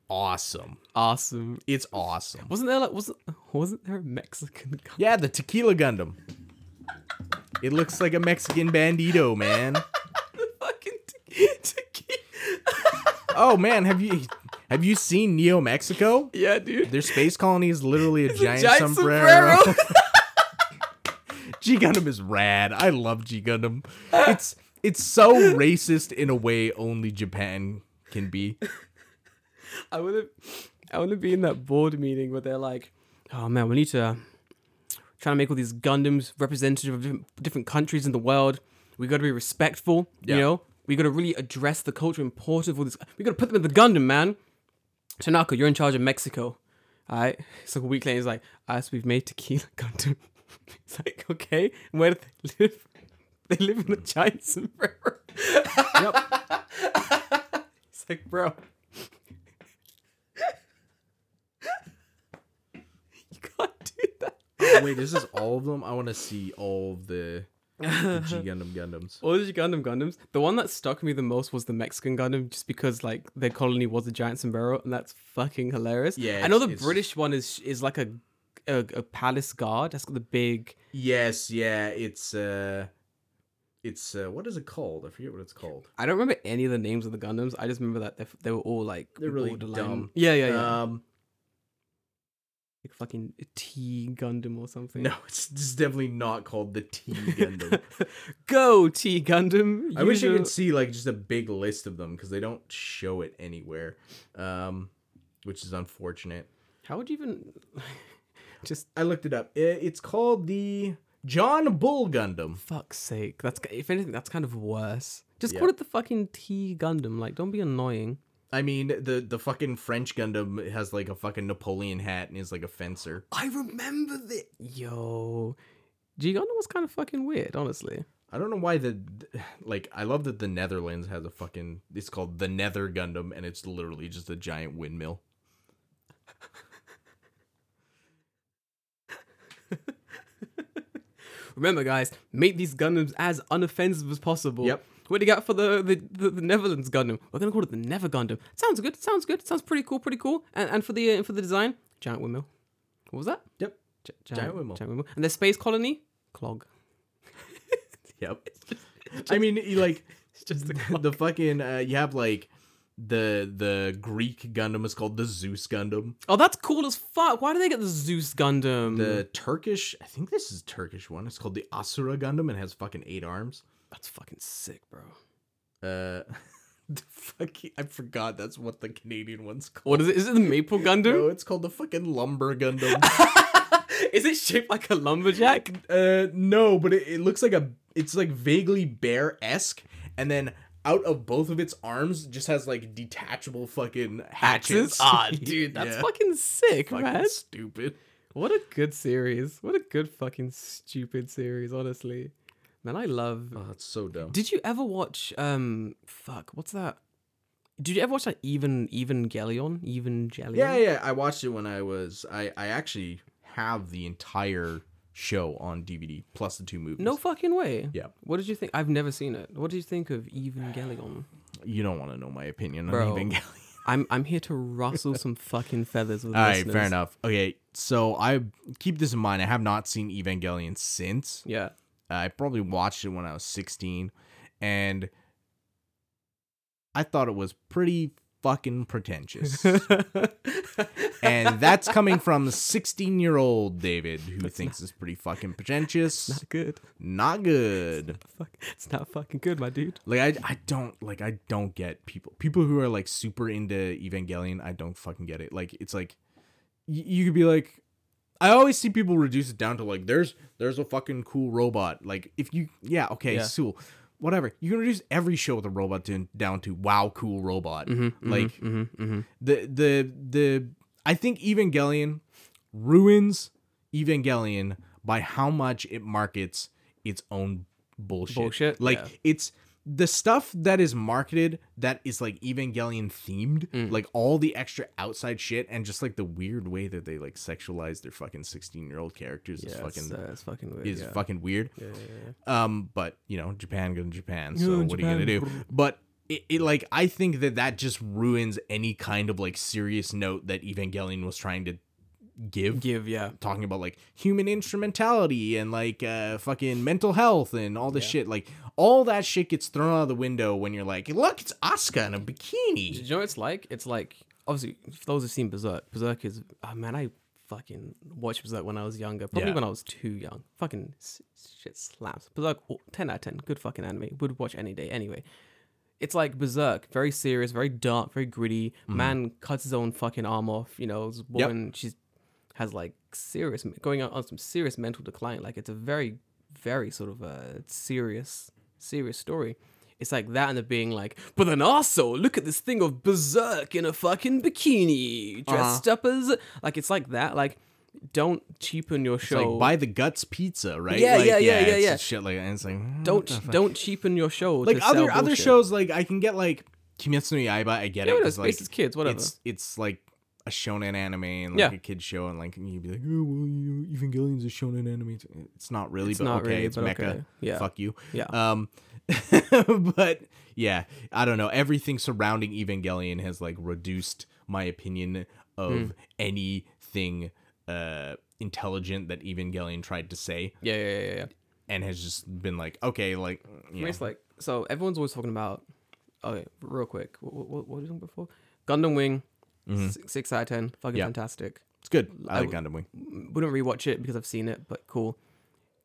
awesome? awesome. It's awesome. Wasn't there like wasn't wasn't there a Mexican Gundam? Yeah, the Tequila Gundam. It looks like a Mexican bandito, man. Fucking t- Oh man, have you have you seen Neo Mexico? yeah, dude. Their space colony is literally a, a giant, giant sombrero. sombrero. G Gundam is rad. I love G Gundam. It's it's so racist in a way only Japan can be. I want to, I want to be in that board meeting where they're like, "Oh man, we need to try to make all these Gundams representative of different, different countries in the world. We got to be respectful, Yeah. you know. We got to really address the culture importance of all this. We got to put them in the Gundam, man. Tanaka, you're in charge of Mexico. All right. So a week later, he's like, "Us, we've made tequila Gundam." It's like, okay, and where do they live? They live in the giant sombrero. Yep. It's like, bro. you can't do that. Oh, Wait, is this all of them? I want to see all of the, the Uh-huh. G Gundam Gundams. All these Gundam Gundams. The one that stuck me the most was the Mexican Gundam, just because like their colony was a giant sombrero, and that's fucking hilarious. Yeah, I know it's- the it's- British one is is like a a, a palace guard. That's got the big. Yes, yeah, it's uh it's uh what is it called? I forget what it's called. I don't remember any of the names of the Gundams. I just remember that they, they were all like They're really borderline- dumb. Yeah, yeah, yeah. Um like fucking T Gundam or something. no, it's, it's definitely not called the T Gundam. Go T Gundam. I wish you user- could see like just a big list of them because they don't show it anywhere, um, which is unfortunate. How would you even? just I looked it up. I- It's called the John Bull Gundam. fuck's sake. That's if anything, that's kind of worse. Just Yeah. call it the fucking T Gundam. Like, don't be annoying. I mean, the the fucking French Gundam has like a fucking Napoleon hat and is like a fencer. I remember that. Yo, G Gundam was kind of fucking weird, honestly. I don't know why the like. I love that the Netherlands has a fucking. It's called the Nether Gundam and it's literally just a giant windmill. Remember, guys, make these Gundams as unoffensive as possible. Yep. What do you got for the, the, the, the Netherlands Gundam? We're gonna call it the Never Gundam. Sounds good. Sounds good. Sounds pretty cool. Pretty cool. And and for the uh, for the design, giant windmill. What was that? Yep. Gi- Giant windmill. Giant windmill. And their space colony, clog. Yep. I mean, you, like It's just the the fucking uh, you have like the the Greek Gundam is called the Zeus Gundam. Oh, that's cool as fuck. Why do they get the Zeus Gundam? The Turkish, I think this is a Turkish one. It's called the Asura Gundam and has fucking eight arms. That's fucking sick, bro. Uh, the fucking I forgot that's what the Canadian one's called. What is it? Is it the Maple No, Gundam? it's called the fucking Lumber Gundam. is it shaped like a lumberjack? uh, no, but it, it looks like a it's like vaguely bear esque, and then out of both of its arms just has like detachable fucking hatchets. Ah, dude, that's Yeah. fucking sick, man. fucking stupid. What a good series. What a good fucking stupid series, honestly. Man, I love. Oh, that's so dumb. Did you ever watch um fuck, what's that? Did you ever watch that even Evangelion? Evangelion? Yeah, yeah. I watched it when I was. I I actually have the entire show on DVD plus the two movies. No fucking way. Yeah. What did you think? I've never seen it. What did you think of Evangelion? you don't want to know my opinion Bro. on Evangelion. I'm I'm here to rustle some fucking feathers with All right, listeners. fair enough. Okay, so I keep this in mind. I have not seen Evangelion since. Yeah. I probably watched it when I was 16, and I thought it was pretty fucking pretentious. and that's coming from 16 year old David, who thinks it's pretty fucking pretentious. Not good. Not good. Fuck. It's not fucking good, my dude. Like I, I don't like I don't get people people who are like super into Evangelion. I don't fucking get it. Like it's like y- you could be like I always see people reduce it down to like there's there's a fucking cool robot. Like if you yeah okay Yeah. cool whatever you can reduce every show with a robot to down to wow cool robot. like Mm-hmm, mm-hmm. the the the I think Evangelion ruins Evangelion by how much it markets its own bullshit. Bullshit, Like yeah. it's the stuff that is marketed that is like Evangelion themed, like all the extra outside shit and just like the weird way that they like sexualize their fucking 16-year-old characters is fucking it's fucking weird. is fucking weird. Um, but you know, Japan go to Japan, Yeah, so what are you gonna Japan. do? But it, it like I think that that just ruins any kind of like serious note that Evangelion was trying to give give yeah talking about like human instrumentality and like uh fucking mental health and all this shit like all that shit gets thrown out of the window when you're like look it's Asuka in a Do bikini you know what it's like? It's like obviously for those who've seen Berserk, Berserk is oh man, I fucking watched Berserk when I was younger, probably Yeah. when I was too young. Fucking s- shit slaps. Berserk oh, ten out of ten, good fucking anime. Would watch any day anyway. It's like Berserk, very serious, very dark, very gritty. Mm-hmm. Man cuts his own fucking arm off. You know, this woman she's has like serious going on, on some serious mental decline. Like it's a very, very sort of a serious, serious story. It's like that and the being like, but then also look at this thing of berserk in a fucking bikini Uh-huh. dressed up as like it's like that. Like don't cheapen your It's show. like buy the guts pizza right Yeah, like, yeah, yeah, yeah, it's yeah. just shit like and it's like mm, what the don't fuck? don't cheapen your show. like to sell other other bullshit. shows like I can get like Kimetsu no Yaiba I get Yeah, it whatever, 'cause, like it's kids, whatever. it's it's like a shonen anime and like Yeah. a kid show and like you'd be like oh well you Evangelion's a shonen anime it's, it's not really but not okay really, it's but mecha okay. Yeah. fuck you Yeah. um but yeah I don't know everything surrounding Evangelion has like reduced my opinion of Hmm. anything uh intelligent that Evangelion tried to say yeah, yeah, yeah, yeah, yeah. and has just been like okay like I yeah. mean, it's like so everyone's always talking about. Okay, real quick, what, what, what were you talking before? Gundam Wing, six, six out of ten, fucking Mm-hmm. Yeah. fantastic. It's good. I, I like w- Gundam Wing. Wouldn't rewatch it because I've seen it, but cool.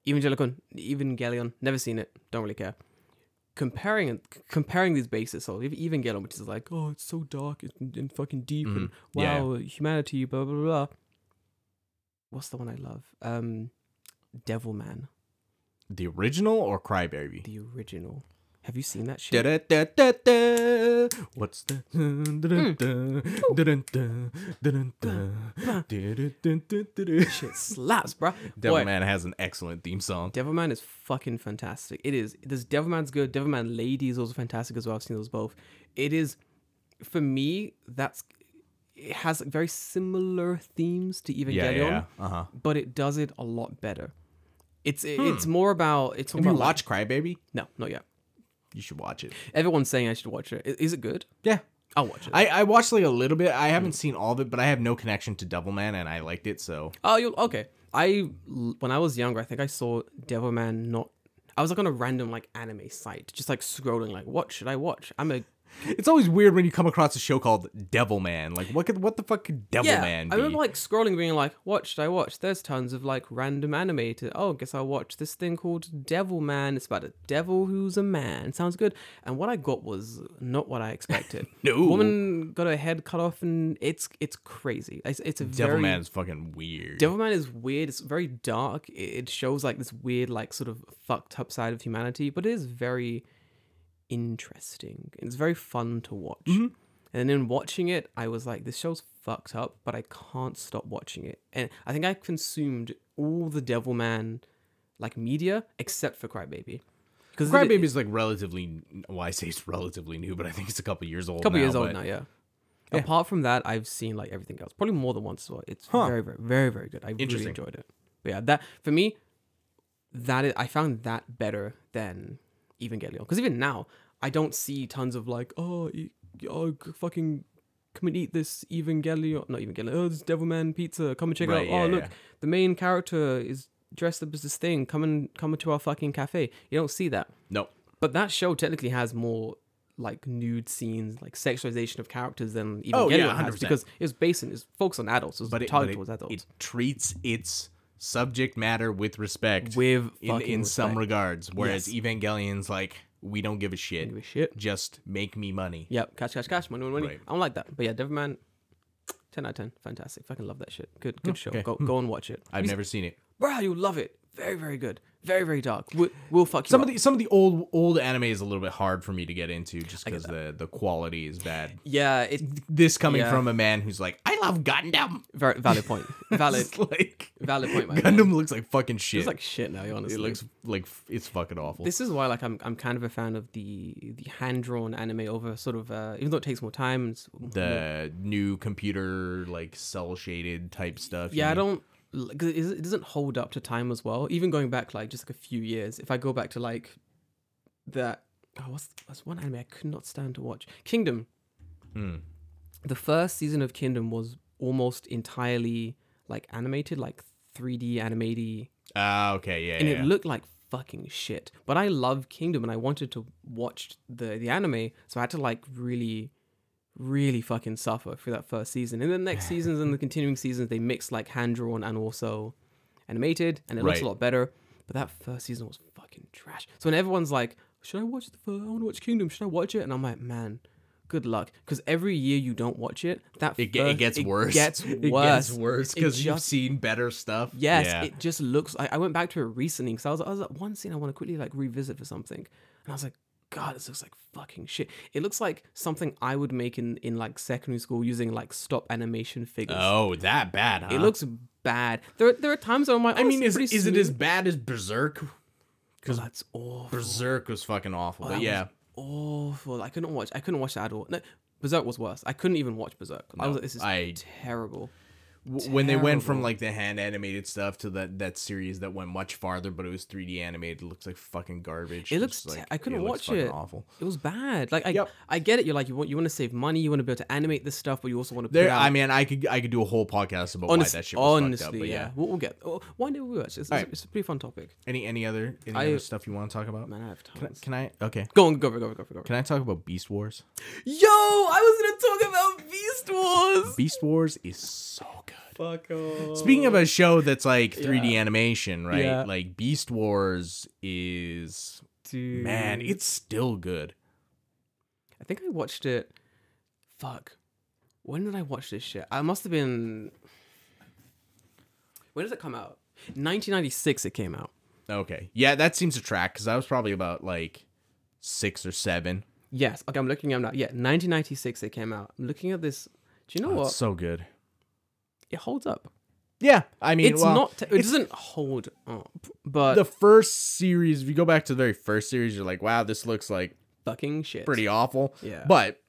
Evangelion, Evangelion, never seen it, don't really care. Comparing and c- comparing these bases, so if Evangelion, which is like, oh, it's so dark and, and- and fucking deep, and Yeah, Mm-hmm. yeah. wow, humanity, blah blah blah. What's the one I love? Um, Devil Man, The original or Crybaby? the original. Have you seen that shit? Da-da-da-da-da. What's the Hmm. Da-da-da-da-da-da-da. Shit slaps, bruh. Boy, Devilman has an excellent theme song. Devilman is fucking fantastic. It is. This Devilman's good. Devilman Lady is also fantastic as well. I've seen those both. It is, for me, that's it has very similar themes to Evangelion, Yeah, yeah, yeah. Uh-huh. but it does it a lot better. It's it, it's more about it's Hmm. Have about you like- watched Crybaby? no not yet. You should watch it. Everyone's saying I should watch it. I- Is it good? Yeah. I'll watch it. I, I watched like a little bit. I haven't seen all of it, but I have no connection to Devilman and I liked it, so Oh, you okay? I l- when I was younger, I think I saw Devilman. Not I was like on a random like anime site, just like scrolling, like what should I watch? I'm a it's always weird when you come across a show called Devilman. Like what could what the fuck could Devilman yeah. be? I remember like scrolling, being like, what should I watch? There's tons of like random anime to. Oh, guess I'll watch this thing called Devil Man. It's about a devil who's a man. Sounds good. And what I got was not what I expected. No. woman got her head cut off, and it's it's crazy. It's, it's a very Devilman is fucking weird. Devilman is weird. It's very dark. It- It shows like this weird, like sort of fucked up side of humanity, but it is very interesting. It's very fun to watch. And then watching it, I was like, this show's fucked up, but I can't stop watching it. And I think I consumed all the Devilman like media except for Crybaby. Because Crybaby is like relatively. Well, I say it's relatively new, but I think it's a couple years old. couple now, years old but- now, yeah. Apart from that, I've seen like everything else, probably more than once as well. It's very, very, very, very good. I really Interesting. enjoyed it. But yeah, that for me, that is, I found that better than Evangelion because even now I don't see tons of like oh, e- oh g- fucking come and eat this Evangelion, not Evangelion, oh this Devilman pizza, come and check Right, it out. oh yeah, look, yeah. the main character is dressed up as this thing. Come and come to our fucking cafe. You don't see that. No, But that show technically has more like nude scenes, like sexualization of characters than even Oh, oh, yeah, has 100%. because it was based in it's focused on adults, it was but it, but targeted it, towards adults. it treats its subject matter with respect. With in, fucking in some respect. regards, whereas Evangelion's like we don't give a shit. Give a shit. Just make me money. Yep, cash, cash, cash, money, money, money. Right. I don't like that. But yeah, Devilman, ten out of ten, fantastic. Fucking love that shit. Good, Oh, good show. Hmm. Go, go and watch it, I've never seen it. bro. You'll love it. Very, very good. Very, very dark. Will, will fuck you Some of up. the some of the old old anime is a little bit hard for me to get into just because the the quality is bad. yeah, it's This coming Yeah. from a man who's like, I love Gundam. very valid point. Valid, It's like valid point, man. Gundam looks like fucking shit. It's like shit now, honestly. It looks like f- it's fucking awful. This is why, like, I'm I'm kind of a fan of the the hand drawn anime over sort of uh, even though it takes more time. It's, the new computer like cell shaded type stuff. you yeah, I know? don't. l- 'cause It is- it doesn't hold up to time as well. Even going back like just like a few years, if I go back to like that, oh, what's what's one anime I could not stand to watch? Kingdom. The first season of Kingdom was almost entirely like animated, like 3D animated, Ah, okay, yeah, and yeah, it yeah. looked like fucking shit. But I love Kingdom, and I wanted to watch the the anime, so I had to like really, really fucking suffer through that first season. And then the next seasons and the continuing seasons, they mixed like hand drawn and also animated, and it looks a Right. lot better. But that first season was fucking trash. So when everyone's like, "Should I watch the? First? I want to watch Kingdom. Should I watch it?" and I'm like, "Man." Good luck, because every year you don't watch it, that It, ge- it first- gets worse. Gets It worse. gets worse It because you've just seen better stuff. Yes, Yeah. it just looks. I, I went back to it recently because I was, I was like, one scene I want to quickly like revisit for something, and I was like, God, this looks like fucking shit. It looks like something I would make in in like secondary school using like stop animation figures. oh, that bad, huh? It looks bad. There, are- there are times where I'm like, "Oh, I mean, is, is it as bad? bad as Berserk? Because That's awful. Berserk was fucking awful. that but yeah, awful. I couldn't watch. I couldn't watch that at all. No, Berserk was worse. I couldn't even watch Berserk. I was like, this is I- terrible. w- when they went from terrible. like the hand animated stuff to that that series that went much farther, but it was 3D animated, it looks like fucking garbage. It looks. Just, te- like, I couldn't looks watch fucking it. Awful. It was bad. Like I, Yep. I get it. You're like you want. You want to save money. You want to be able to animate this stuff, but you also want to. There, put out, I mean, I could I could do a whole podcast about honest- why that shit was honestly, fucked up. But yeah. yeah. We'll, we'll get. Oh, one day we'll watch. It's, it's, right. it's a pretty fun topic. Any any other any I- other stuff you want to talk about? Man, I have tons. Can I, can I? Okay. Go on, go for it, go for it, go for it, go for Can I talk about Beast Wars? it. Yo, I was gonna talk about Beast Wars. Beast Wars is so good. Fuck off. Speaking of a show that's like 3D animation, right? Oh. Yeah. Like Beast Wars is Dude. man, it's still good. I think I watched it. Fuck. When did I watch this shit? I must have been. When does it come out? 1996. It came out. Okay. Yeah, that seems to track because I was probably about like six or seven. Yes. Okay, I'm looking at it now. Yeah, 1996 it came out. I'm looking at this. Do you know Oh, what? it's so good. It holds up. Yeah, I mean, It's well, not. It it's doesn't hold up, but the first series. If you go back to the very first series, you're like, wow, this looks like fucking shit. pretty awful. Yeah. But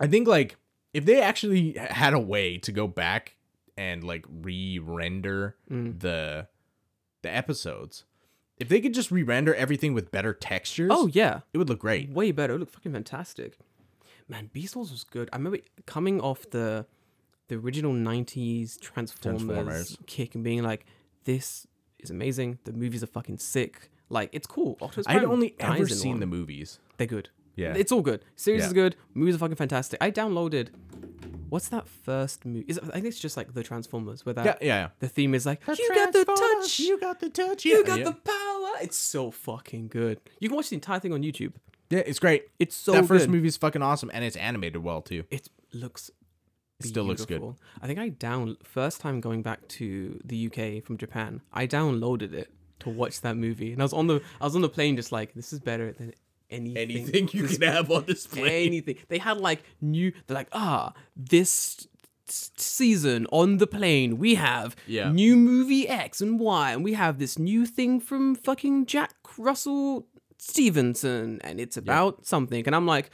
I think like if they actually had a way to go back and like re-render Mm. the the episodes, if they could just re-render everything with better textures, Oh yeah, it would look great. way better. It looked fucking fantastic. Man, Beast Wars was good. I remember it coming off the the original 90s Transformers, Transformers. kick and being like, this is amazing. The movies are fucking sick. Like it's cool. Optimus I'd Prime only dies ever in seen one. the movies. They're good. Yeah. It's all good. Series Yeah. is good. Movies are fucking fantastic. I downloaded. What's that first movie? Is it, I think it's just like the Transformers, where that Yeah, yeah. the theme is like you got Uh, the touch, you, got the touch. got the power. It's so fucking good. You can watch the entire thing on YouTube. Yeah, it's great. It's so that first good. movie is fucking awesome, and it's animated well too. It looks. It still looks good. beautiful. I think I down first time going back to the UK from Japan. I downloaded it to watch that movie, and I was on the I was on the plane just like this is better than anything. this have on this anything. They had like new. They're like, ah, this s- season on the plane we have Yeah. new movie X and Y, and we have this new thing from fucking Jack Russell Stevenson, and it's about something. And I'm like.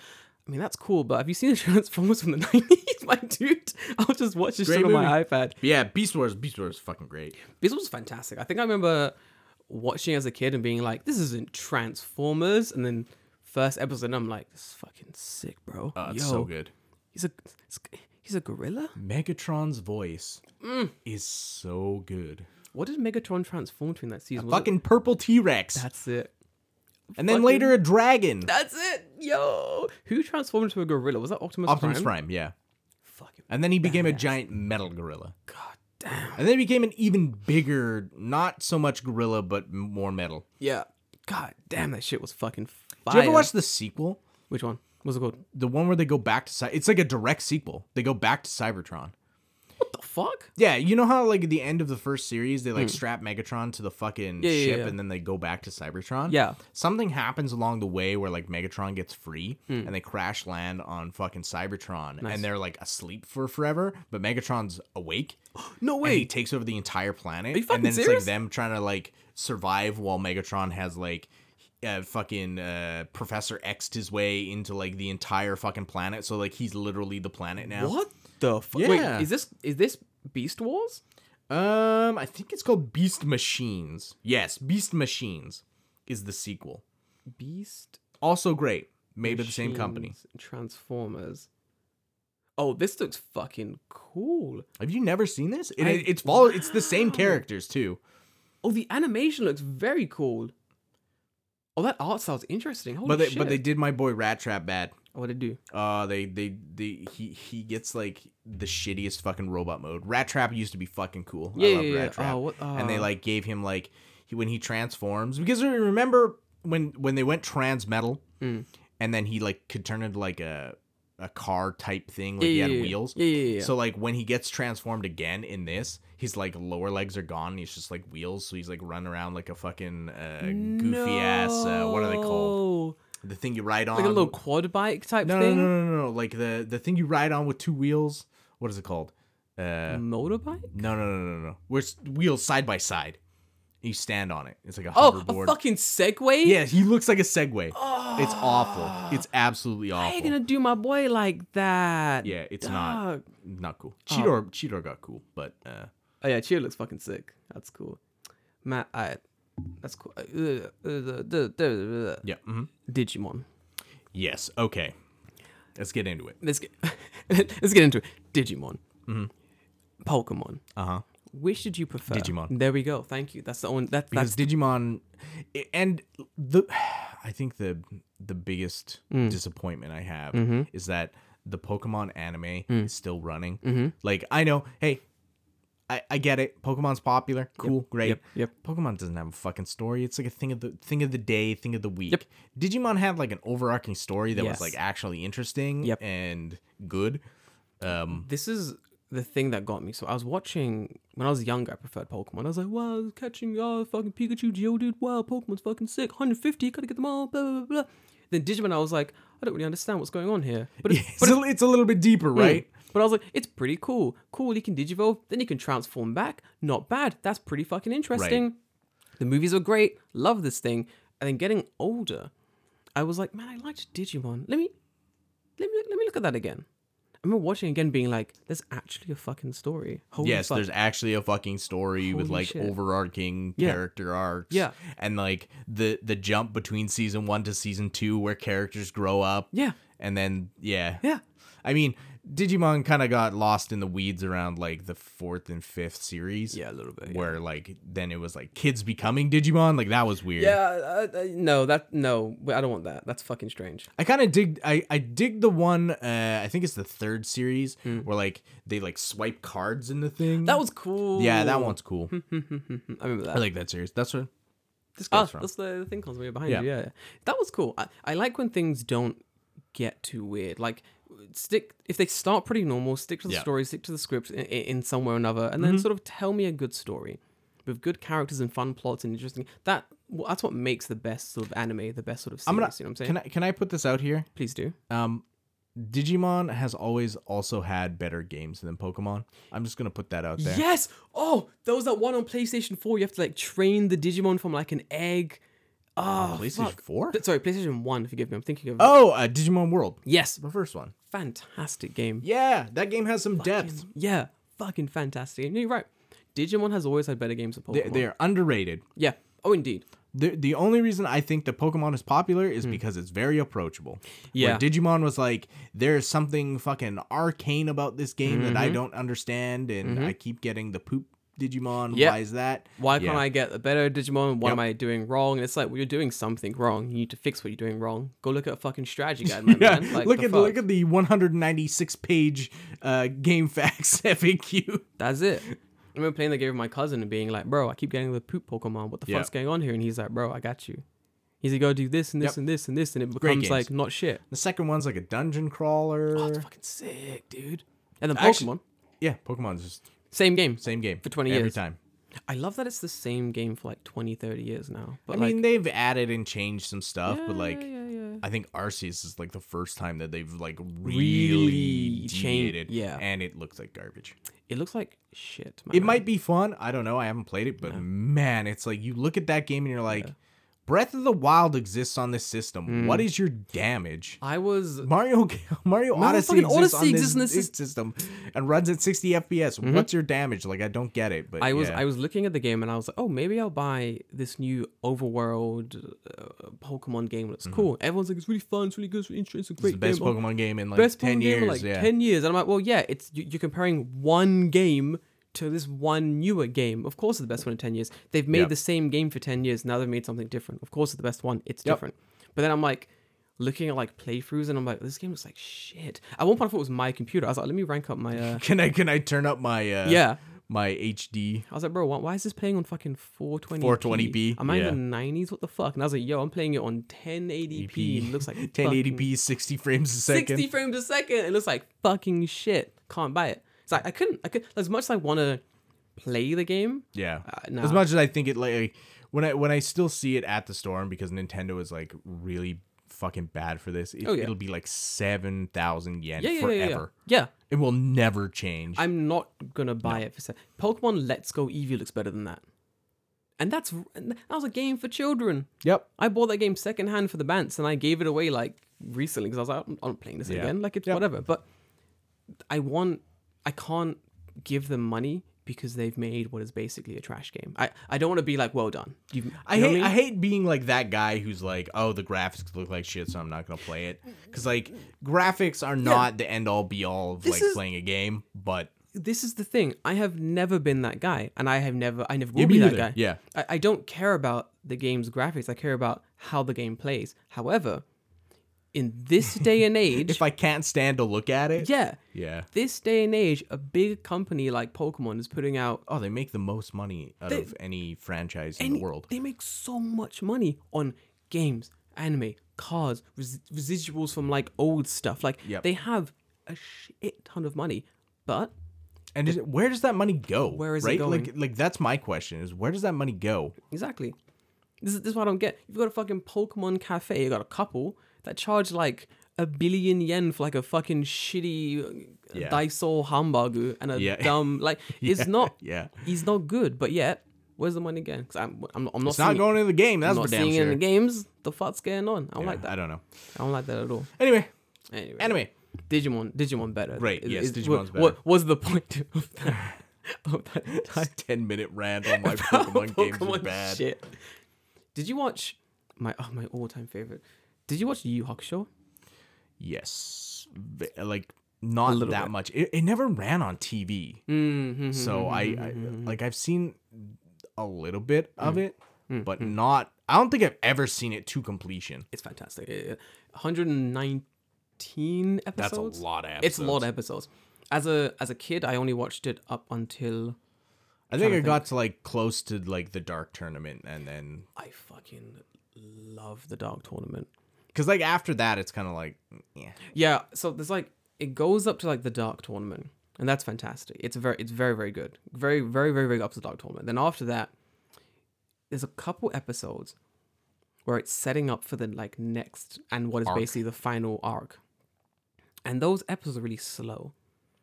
I mean that's cool, but have you seen the Transformers from the nineties, my dude? I'll just watch this Great shit on my movie. iPad. Yeah, Beast Wars. Beast Wars is fucking great. This was fantastic. I think I remember watching as a kid and being like, "This isn't Transformers," and then first episode, and I'm like, "This is fucking sick, bro." Oh, it's so good. He's a he's a gorilla. Megatron's voice is so good. What did Megatron transform to in that season? Was it- Fucking purple T Rex, that's it. and then fucking- later a dragon. That's it, yo. Who transformed into a gorilla? Was that Optimus, Optimus Prime? Prime, yeah. Fucking And then he became a giant metal gorilla, god damn. and then he became an even bigger, not so much gorilla, but m- more metal. Yeah, god damn. That shit was fucking fire. Did you ever watch the sequel? which one? What's it called? The one where they go back to Cy- it's like a direct sequel. They go back to Cybertron. What the fuck? Yeah, you know how like at the end of the first series they like strap Megatron to the fucking Hmm. Yeah, yeah, ship yeah. and then they go back to Cybertron? Yeah. Something happens along the way where like Megatron gets free Hmm. and they crash land on fucking Cybertron and they're like asleep for forever, but Megatron's awake. No and he way. takes over the entire planet. you fucking and then serious? it's like them trying to like survive while Megatron has like uh, fucking uh, Professor X'd his way into like the entire fucking planet. So like he's literally the planet now. What the fuck? Yeah. Wait, is this is this Beast Wars? Um, I think it's called Beast Machines. Yes, Beast Machines is the sequel. Beast Also great, made by the same company. Machines, Transformers. oh, this looks fucking cool. Have you never seen this? It, I- it's follow. It's the same Wow. characters too. Oh, the animation looks very cool. Oh, that art style's interesting. Holy but they shit. but they did my boy Rat Trap bad. What did it do? Uh, they they they he he gets like the shittiest fucking robot mode. Rat Trap used to be fucking cool. Yeah, I love yeah, yeah. Rat Trap. Oh, what- and they uh, like gave him like he, when he transforms because remember when when they went trans metal Mm. and then he like could turn into like a a car type thing like Yeah, he yeah, had yeah. wheels. Yeah, yeah, yeah. So like when he gets transformed again in this, his like lower legs are gone. And he's just like wheels, so he's like running around like a fucking uh, goofy ass. Uh, what are they called? No. The thing you ride on, Like a little quad bike type no, no, thing. no, no, no, no, like the the thing you ride on with two wheels. What is it called? Uh, Motorbike? no, no, no, no, no, no. Where it's wheels side by side. You stand on it. It's like a Oh, hoverboard. a fucking Segway? yeah, he looks like a Segway. It's awful. It's absolutely Ah. How awful. you gonna do my boy like that? Yeah, it's not Dog. not cool. Cheetor Cheetor got cool, but uh, Oh yeah, Cheer looks fucking sick. That's cool. Matt, I. That's cool. Uh, uh, uh, uh, uh, uh, yeah. mhm. Digimon. Yes. Okay. Let's get into it. Let's get let's get into it. Digimon. Pokemon. Uh huh. Which did you prefer? Digimon. There we go. Thank you. That's the one. That, that's Because Digimon, and the, I think the the biggest Mm. disappointment I have Mm-hmm. is that the Pokemon anime Mm. is still running. Mm-hmm. Like I know, hey, I I get it. Pokemon's popular, cool, great. yep, yep. Pokemon doesn't have a fucking story. It's like a thing of the thing of the day, thing of the week. Yep. Digimon had like an overarching story that Yes. was like actually interesting Yep. and good. Um, this is the thing that got me. So I was watching when I was younger. I preferred Pokemon. I was like, wow, catching oh fucking Pikachu, Geodude. Wow, Pokemon's fucking sick. 150, gotta get them all. Blah blah blah. blah. Then Digimon, I was like, I don't really understand what's going on here. But Mm. it, it's, a, it's a little bit deeper, right? But I was like, it's pretty cool. Cool, he can digivolve, then he can transform back. Not bad. That's pretty fucking interesting. The movies are great. Love this thing. And then getting older, I was like, man, I liked Digimon. Let me, let me, let me look at that again. I remember watching it again, being like, there's actually a fucking story. Holy yes, fuck. there's actually a fucking story with Holy like shit. overarching Yeah. character arcs. Yeah. And like the the jump between season 1 to season 2 where characters grow up. Yeah. And then yeah. yeah. I mean, Digimon kind of got lost in the weeds around like the 4th and 5th series. Yeah, a little bit, yeah. Where like then it was like kids becoming Digimon, like that was weird. Yeah, uh, uh, no, that no, I don't want that. That's fucking strange. I kind of dig. I I dig the one. Uh, I think it's the third series where like they like swipe cards in the thing. Hmm. That Hmm. was cool. yeah, that one's cool. I remember that. I like that series. That's what this Ah, goes from. that's the, the thing comes way behind Yeah. you. Yeah, yeah. that was cool. I, I like when things don't get too weird. Like stick if they start pretty normal, stick to the Yeah. Mm-hmm. story, stick to the script in, in some way or another, and then sort of tell me a good story with good characters and fun plots and interesting. That well, that's what makes the best sort of anime, the best sort of series. I'm gonna. you know what I'm saying? Can I can I put this out here? Please do. Um, Digimon has always also had better games than Pokemon. I'm just gonna put that out there. Yes. Oh, there was that one on PlayStation Four. You have to like train the Digimon from like an egg. Oh, PlayStation fuck. 4? Sorry, PlayStation One. Forgive me. I'm thinking of. Oh, uh, Digimon World, Yes, the first one. fantastic game. Yeah, that game has some depth. Yeah, fucking fantastic. And you're right. Digimon has always had better games than They, Pokemon. they are underrated. yeah. Oh, indeed. The, the only reason I think the Pokemon is popular is because it's very approachable. Hmm. Yeah. Where Digimon was like, there's something fucking arcane about this game that I Mm-hmm. don't understand, and I keep getting the poop Digimon. Yep. Why is that? Why can't Yeah. I get a better Digimon? What am Yep. I doing wrong? And it's like, well, you're doing something wrong. You need to fix what you're doing wrong. Go look at a fucking strategy guide, my Yeah, man. Like, look the at the look fuck? at the 196 page uh, game facts FAQ. That's it. I remember playing the game with my cousin and being like, bro, I keep getting the poop Pokemon. What the Yeah. fuck's going on here? And he's like, bro, I got you. He's like, go do this and this Yep. and this and this, and it becomes games. like not shit. The second one's like a dungeon crawler. Oh, it's fucking sick, dude. And then Pokemon, Actually- yeah, Pokemon's just same game. same game For 20 every years. time. I love that it's the same game for like 20, 30 years now. But I like, mean, they've added and changed some stuff, but like. yeah, yeah. I think Arceus is like the first time that they've like really Really changed- deviated, yeah. and it looks like garbage. It looks like shit. It might be fun. I don't know. I haven't played it, but man, it's like you look at that game and you're like, Breath of the Wild exists on this system. Mm. What is your damage? I was Mario Mario Mario Odyssey fucking exists on Odyssey this, exists in this Mm-hmm. this system and runs at 60 FPS. What's your damage? Like I don't get it, but I was yeah. I was looking at the game and I was like, oh, maybe I'll buy this new overworld uh, Pokemon game. It's cool. Everyone's like, it's really fun, it's really good, it's really interesting, it's a great Mm-hmm. it's the best game. Oh, Pokemon game in like best 10 Pokemon years. game in like yeah. ten years. And I'm like, well, yeah, it's you- you're comparing one game to this one newer game. Of course, it's the best one in ten years. They've made Yep. the same game for ten years. Now they've made something different. Of course, it's the best one. It's Yep. different. But then I'm like. Looking at like playthroughs, and I'm like, this game looks like shit. At one point, I thought it was my computer. I was like, let me rank up my uh, Can I can I turn up my uh yeah. my HD? I was like, bro, why, why is this playing on fucking 420p? 420p, Am I yeah. in the 90s? What the fuck? And I was like, yo, I'm playing it on 1080p. E and It looks like 1080p 1080p 60 frames a second. 60 frames a second. It looks like fucking shit. Can't buy it. It's like I couldn't. I could as much as I want to play the game. Yeah. Uh, nah. As much as I think it like when I when I still see it at the store and because Nintendo is like really fucking bad for this, it, Oh, yeah. it'll be like 7,000 yen Yeah, yeah, forever. yeah, yeah, yeah. Yeah, It will never change. I'm not gonna buy it for se- Pokemon Let's Go Eevee looks better than that, and that's and that was a game for children. yep. I bought that game secondhand for the Bants and I gave it away like recently because I was like, I'm, I'm not playing this Yeah. again. Like it's Yeah. whatever. But I want, I can't give them money because they've made what is basically a trash game. I, I don't want to be like, well done. You've, you I know what hate, mean? I hate being like that guy who's like, oh, the graphics look like shit, so I'm not gonna play it. Because like graphics are not the end all be all of This like is- playing a game, but this is the thing. I have never been that guy, and I have never, I never will Yeah, me be that neither. guy. Yeah. I, I don't care about the game's graphics. I care about how the game plays. However, in this day and age, if I can't stand to look at it, yeah, yeah. this day and age, a big company like Pokemon is putting out Oh, they make the most money out of any franchise in the any- world. They make so much money on games, anime, cars, res- residuals from like old stuff. Like Yep. they have a shit ton of money, but And is it, where does that money go? Where is it right? Like, going? like that's my question: is where does that money go? exactly. This is, this is what I don't get. You've got a fucking Pokemon cafe. You got a couple that charge like a billion yen for like a fucking shitty uh, Yeah. Daiso hamburger and a Yeah. dumb like it's not. yeah. it's not good. But yet, where's the money going? Because I'm I'm, I'm not It's not seeing- going into the game. That's not for damn seeing it sure. in the games. The fuck's going on? I don't like I that. don't know. I don't like that at all. Anyway, Anyway, anime. Digimon, Digimon better. Right, yes, Digimon's what, What was the point of that? of that entire Ten minute rant on my Pokemon, games are Pokemon bad. shit? Did you watch my oh my all time favorite? Did you watch Yu Yu Hakusho? Yes, V- like not little that bit. much. It, it never ran on TV, Mm-hmm. Mm. so I, I like I've seen a little bit of it, but not. I don't think I've ever seen it to completion. It's fantastic. Yeah, yeah. 119 episodes. That's a lot of. Episodes. It's a lot of episodes. As a as a kid, I only watched it up until I think trying to I got to like close to like the dark tournament, and then I fucking love the Dark Tournament. because like after that, it's kind of like yeah. Yeah, so there's like it goes up to like the dark tournament, and that's fantastic. It's very it's very very good. Very very very very good up to the dark tournament. Then after that, there's a couple episodes where it's setting up for the like next and what is basically the final arc. And those episodes are really slow.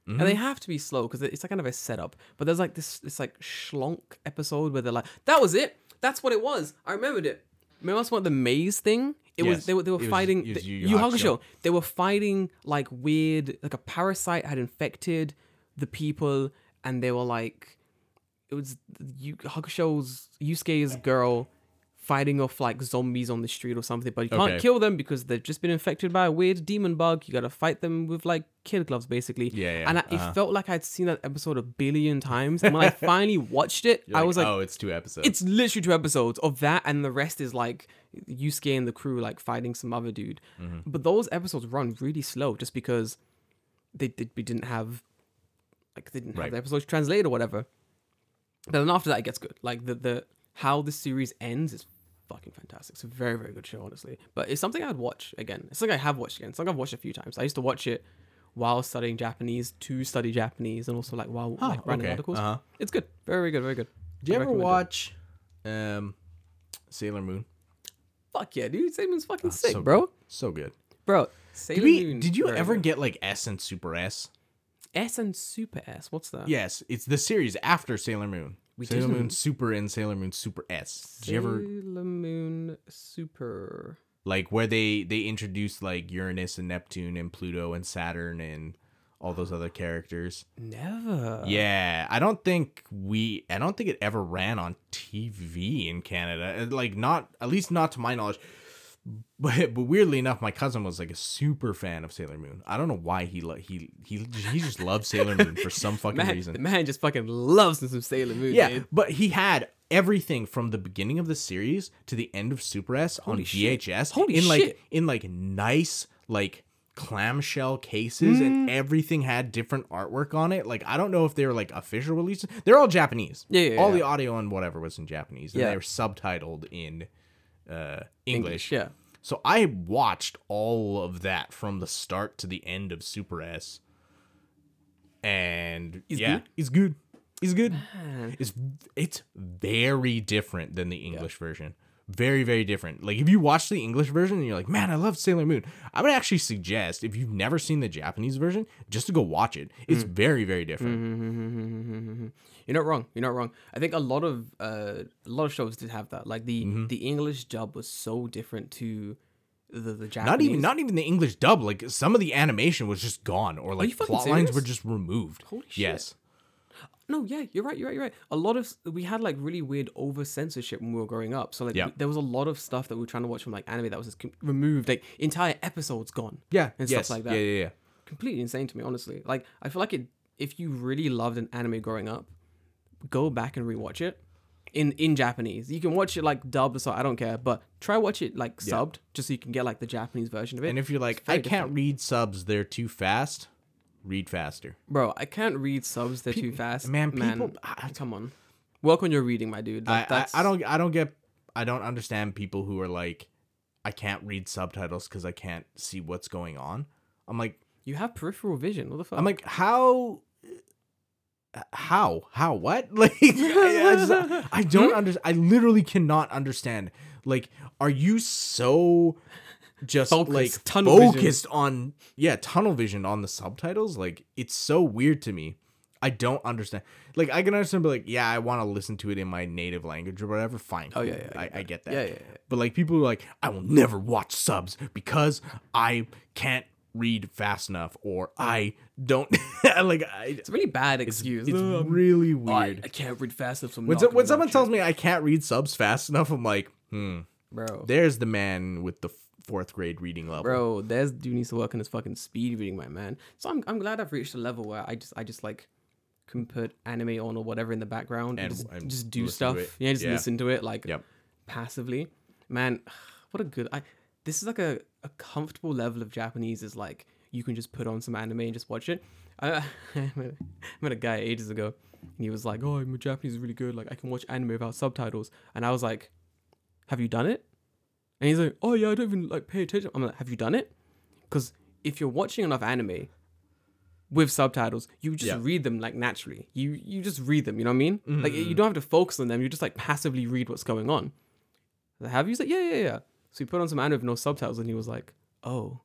And they Mm-hmm. have to be slow because it's like kind of a setup. But there's like this this like schlonk episode where they're like, "That was it. That's what it was. I remembered it." Remember that's what the maze thing? It was Yes. they were they were It was- fighting it was the- Yu Yu Yu Yu Hakusho. Hakusho. They were fighting like weird like a parasite had infected the people, and they were like, it was Yu Hakusho's Yusuke's girl fighting off like zombies on the street or something, but you can't Okay. kill them because they've just been infected by a weird demon bug. You gotta fight them with like kid gloves, basically. Yeah, yeah, And I, uh-huh. it felt like I'd seen that episode a billion times, and when I finally watched it, I was like, oh, it's two episodes. it's literally two episodes of that, and the rest is like Yusuke and the crew like fighting some other dude. Mm-hmm. But those episodes run really slow just because they did we didn't have like they didn't Right. have the episodes translated or whatever. But then after that, it gets good. Like the the how the series ends is fucking fantastic. It's a very very good show, honestly. But it's something I'd watch again. It's something I have watched again. It's something I've watched a few times. I used to watch it while studying Japanese to study Japanese, and also like while like writing okay. articles. Uh-huh. It's good. Very very good. Very good. Do I you ever recommend it. watch um Sailor Moon? Fuck yeah, dude. Sailor Moon's fucking sick, so bro. good. So good. Bro, Did, Sailor we, Moon. did you very ever good. get like S and Super S? S and Super S? What's that? Yes, it's the series after Sailor Moon. We Sailor didn't. Moon Super and Sailor Moon Super S. Did you ever Sailor Moon Super. like where they they introduced like Uranus and Neptune and Pluto and Saturn and all those other characters? Uh. Never. Yeah, I don't think we I don't think it ever ran on TV in Canada. Uh, Like not at least not to my knowledge. But, but weirdly enough, my cousin was like a super fan of Sailor Moon. I don't know why he lo- he he he just loved Sailor Moon for some fucking Man, reason. the man just fucking loves him some Sailor Moon. Yeah, dude. but he had everything from the beginning of the series to the end of Super S on shit. VHS. Holy in like shit. in like nice like clamshell cases Mm. and everything had different artwork on it. Like I don't know if they were like official releases. They're all Japanese. Yeah, yeah, all yeah. the audio and whatever was in Japanese. And Yeah. they were subtitled in uh English. English. Yeah. So I watched all of that from the start to the end of Super S. And It's yeah, good? it's good. It's good. Man. It's it's very different than the English version. Very very different. Like if you watch the English version and you're like, "Man, I love Sailor Moon." I would actually suggest if you've never seen the Japanese version, just to go watch it. It's Mm. very very different. Mm-hmm. You're not wrong. You're not wrong. I think a lot of uh, a lot of shows did have that. Like the Mm-hmm. the English dub was so different to the the Japanese. Not even not even the English dub. Like some of the animation was just gone or like you fucking plot lines were serious? just removed. Holy shit. Yes. No, yeah, you're right. You're right. You're right. A lot of we had like really weird over censorship when we were growing up. So like Yeah. we- there was a lot of stuff that we were trying to watch from like anime that was just com- removed. Like entire episodes gone. Yeah. and yes. stuff like that. Yeah, yeah, yeah. completely insane to me, honestly. Like, I feel like it. If you really loved an anime growing up, go back and rewatch it in in Japanese. You can watch it like dubbed, so I don't care. But try watch it like subbed, just so you can get like the Japanese version of it. And if you're like, "I very can't read subs, they're too fast." Read faster. Bro, I can't read subs; they're too fast. man, people- I- come on. Work on your reading, my dude. Like, I, I, I don't I don't get I don't understand people who are like I can't read subtitles because I can't see what's going on. I'm like You have peripheral vision. What the fuck? I'm like how how how what like I, I just- I don't Hmm? understand. I literally cannot understand. Like, are you so just Focused, like tunnel vision. focused on yeah tunnel vision on the subtitles? Like, it's so weird to me. I don't understand. Like, I can understand, but like, yeah, I want to listen to it in my native language or whatever. Fine. Oh, yeah, yeah, I I, get I get that. Yeah, yeah, yeah. But like, people are like, I will never watch subs because I can't read fast enough or I don't like. I, it's a really bad excuse. it's Ugh, really I- I, weird. can't read fast enough. So When, so, when someone tells me I can't read subs fast enough, I'm like, hmm, bro, there's the man with the f- fourth grade reading level. bro there's dude needs to work on his fucking speed reading my man so I'm, I'm glad i've reached a level where i just i just like can put anime on or whatever in the background and, And- just, and just do listen to stuff it. yeah just Yeah. listen to it like Yep. passively man what a good i this is like a, a comfortable level of japanese is like you can just put on some anime and just watch it I, I met- I met a guy ages ago and he was like oh my japanese is really good like i can watch anime without subtitles and i was like have you done it and he's like, oh yeah, I don't even like pay attention. I'm like, have you done it? Because if you're watching enough anime with subtitles, you just Yeah. read them like naturally. You you just read them. You know what I mean? Like you don't have to focus on them. You just like passively read what's going on. I was like, have you? He's like, yeah, yeah, yeah. So he put on some anime with no subtitles, and he was like, oh,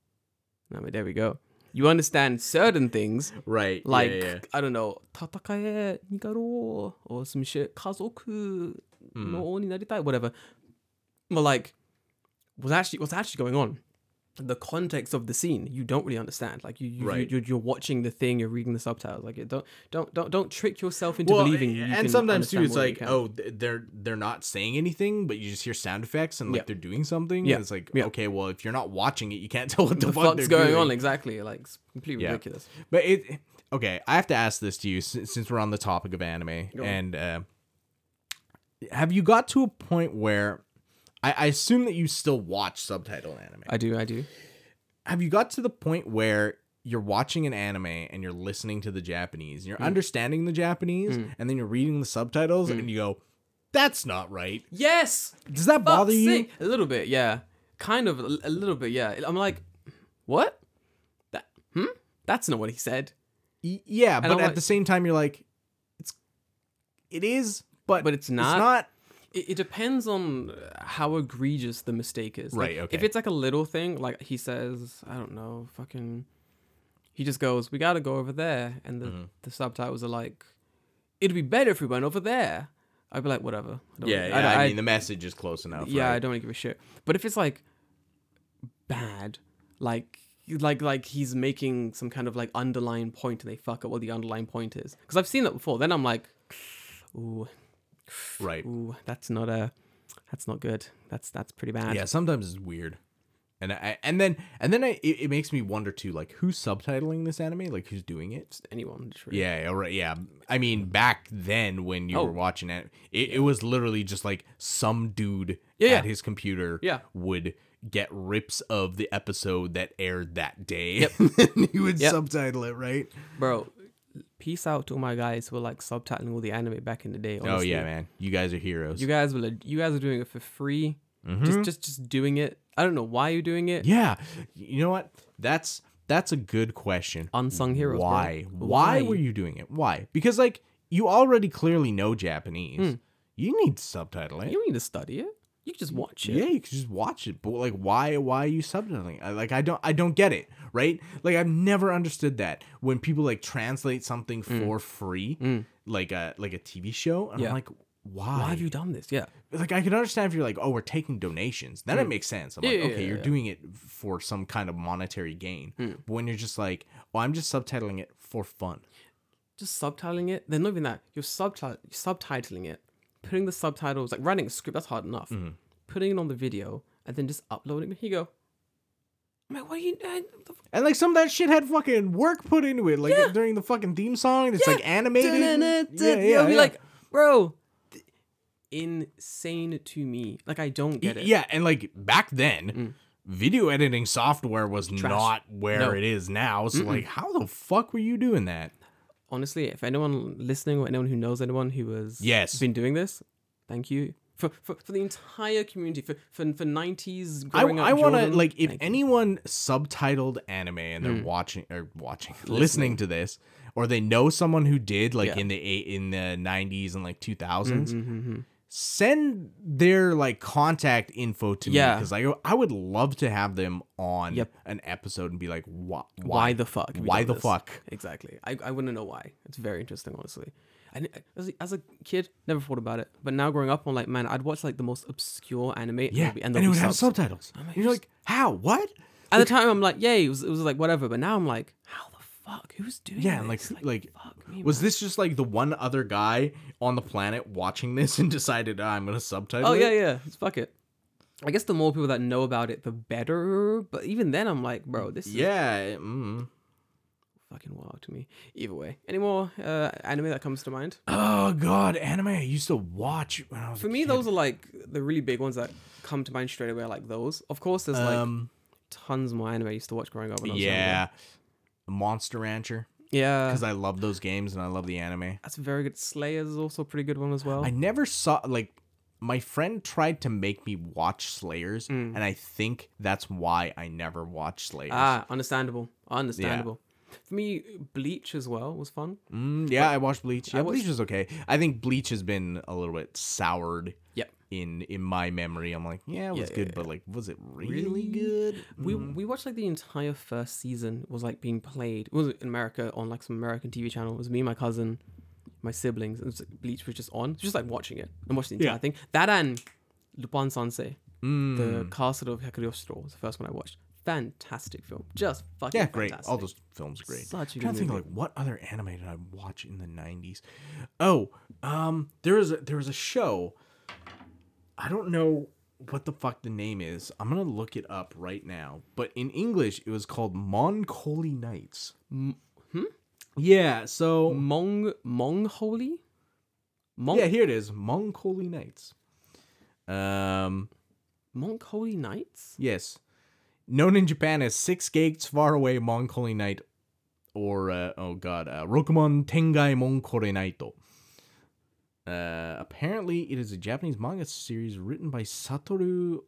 no, but there we go. You understand certain things Right. like Like, yeah, yeah. I don't know, tatakae nigaro or some shit, kazoku Hmm. no oni naritai, whatever. But like, what's actually what's actually going on? The context of the scene you don't really understand. Like you, you, Right. you are you're watching the thing, you're reading the subtitles. Like it don't don't don't don't trick yourself into believing. You and can sometimes too, understand it's more than like, you can. oh, th- they're they're not saying anything, but you just hear sound effects and like Yeah. they're doing something. Yeah. It's like, Yeah. okay, well, if you're not watching it, you can't tell what the, the fuck fuck's they're going doing. on exactly. Like it's completely Yeah. ridiculous. But it okay. I have to ask this to you since, since we're on the topic of anime, and uh, have you got to a point where I, I assume that you still watch subtitled anime? I do, I do. have you got to the point where you're watching an anime and you're listening to the Japanese, Hmm. you're understanding the Japanese, and then you're reading the subtitles, Hmm. and you go, "That's not right." Yes, Does that fuck's bother you? sake. A little bit, yeah. Kind of, a a little bit, yeah. I'm like, what? That, hmm? That's not what he said. Y- yeah, but I'm at like- the same time, you're like, "It's, it is, but But it's not. It's not It, it depends on uh, how egregious the mistake is. Like, Right, If okay. it's like a little thing, like he says, I don't know, fucking. He just goes, Mm-hmm. we gotta go over there, and the the subtitles are like, it'd be better if we went over there. I'd be like, whatever. I don't Yeah, really- yeah. don't- I, mean, the message is close enough. yeah, I right? don't really give a shit. But if it's like bad, like like like he's making some kind of like underlying point and they fuck up what the underlying point is, because I've seen that before. Then I'm like, ooh, right. ooh, that's not a, that's not good. That's that's pretty bad. Yeah, sometimes it's weird. And I and then and then I it, it makes me wonder too, like who's subtitling this anime? Like who's doing it? Anyone? just really- Yeah, all right, yeah. I mean, back then when you Oh. were watching it, it, it was literally just like some dude Yeah, at yeah. his computer Yeah. would get rips of the episode that aired that day. and he would Yep. subtitle it, right? bro. Peace out to all my guys who are like subtitling all the anime back in the day. Oh honestly. yeah, man. You guys are heroes. You guys were you guys are doing it for free. Just just just doing it. I don't know why you're doing it. Mm-hmm. yeah. You know what? That's that's a good question. Unsung heroes. bro. Why? Why? were you doing it? Why? Because like you already clearly know Japanese. Hmm. You need to subtitle it. You don't need to study it. You can just watch it. yeah, you can just watch it, but like, why? Why are you subtitling? I, like, I don't, I don't get it, right? Like, I've never understood that when people like translate something for free, like a like a TV show, and Mm. Yeah. I'm like, why? Why have you done this? Yeah. like, I can understand if you're like, oh, we're taking donations, then it makes sense. I'm like, Mm. Yeah, yeah, okay, yeah, Mm. you're yeah. doing it for some kind of monetary gain, but when you're just like, oh, I'm just subtitling it for fun. Just subtitling it. They're not even that. You're subtitle subtitling it. Putting the subtitles, like writing a script, that's hard enough. Mm-hmm. Putting it on the video and then just uploading it. Here you go. I'm like, what are you doing? And like some of that shit had fucking work put into it, like during the fucking theme song. and It's like animated. Yeah, Yeah, yeah, You'll be yeah. like, bro, th- insane to me. Like, I don't get it. Mm. yeah, and like back then, video editing software was not where No. it is now. So like, how the fuck were you doing that? honestly, if anyone listening or anyone who knows anyone who has Yes. been doing this, thank you for for, for the entire community for for for nineties I, growing up. I want to Jordan, Mm. like if thank you. anyone subtitled anime and they're watching or watching listening. to this or they know someone who did like Yeah. Mm-hmm, in the eight in the 90s and like 2000s send their like contact info to me Yeah. cuz I I would love to have them on Yep. an episode and be like why why, the fuck have we why done the this? fuck? exactly. I I want to know why. It's very interesting, honestly. And I- as a, as a kid, never thought about it, but now growing up, I'm like, man, I'd watch like the most obscure anime. yeah movie, and, there'll it be would have subs. subtitles and you're like how what At the time, I'm like, yeah, it was, it was like whatever, but now I'm like, how the fuck? Who's doing? Yeah, and like this? like, fuck me, was this just like the one other guy on the planet watching this and decided "Ah, I'm gonna subtitle? Oh it?" yeah, yeah. It's fuck it. I guess the more people that know about it, the better. But even then, I'm like, bro, this is yeah. Mm. fucking wild to me. Either way, any more uh, anime that comes to mind? Oh god, anime I used to watch when I was For me, those are like the really big ones that come to mind straight away. Like those. Of course, there's like um tons more anime I used to watch growing up. oh, When I was younger. yeah, Monster Rancher yeah. because I love those games and I love the anime. That's very good. Slayers is also a pretty good one as well. I never saw like my friend tried to make me watch Slayers, and I think that's why I never watched Slayers. ah, understandable. Understandable. For me, Bleach as well was fun. Mm, yeah, I watched Bleach. Yeah, watched- Bleach was okay. I think Bleach has been a little bit soured Yep. in in my memory. I'm like, yeah, it was yeah, good, yeah, but like, was it really, Really? good? We we watched like the entire first season was like being played. It was in America on like some American TV channel. It was me, my cousin, my siblings. And it was, like, Bleach was just on. It was just like watching it and watching the entire Yeah. thing. That and Lupin Sansei, Mm. the Castle of Hekaryostro was the first one I watched. Fantastic film, just fucking yeah, great. fantastic. All those films are great. Such a I'm good trying to think movie. like what other anime did I watch in the '90s? Oh, um, there was a, there was a show. I don't know what the fuck the name is. I'm gonna look it up right now. But in English, it was called Moncoly Nights. hmm? Yeah. So Mong Mong Holy, Mong yeah, here it is, Moncoly Nights. Um. Monk Holy Knights. Yes. Known in Japan as Six Gates Far Away Monkoli Knight or, uh, oh god, uh, Rokumon Tengai Monkore Naito. Uh, apparently, it is a Japanese manga series written by Satoru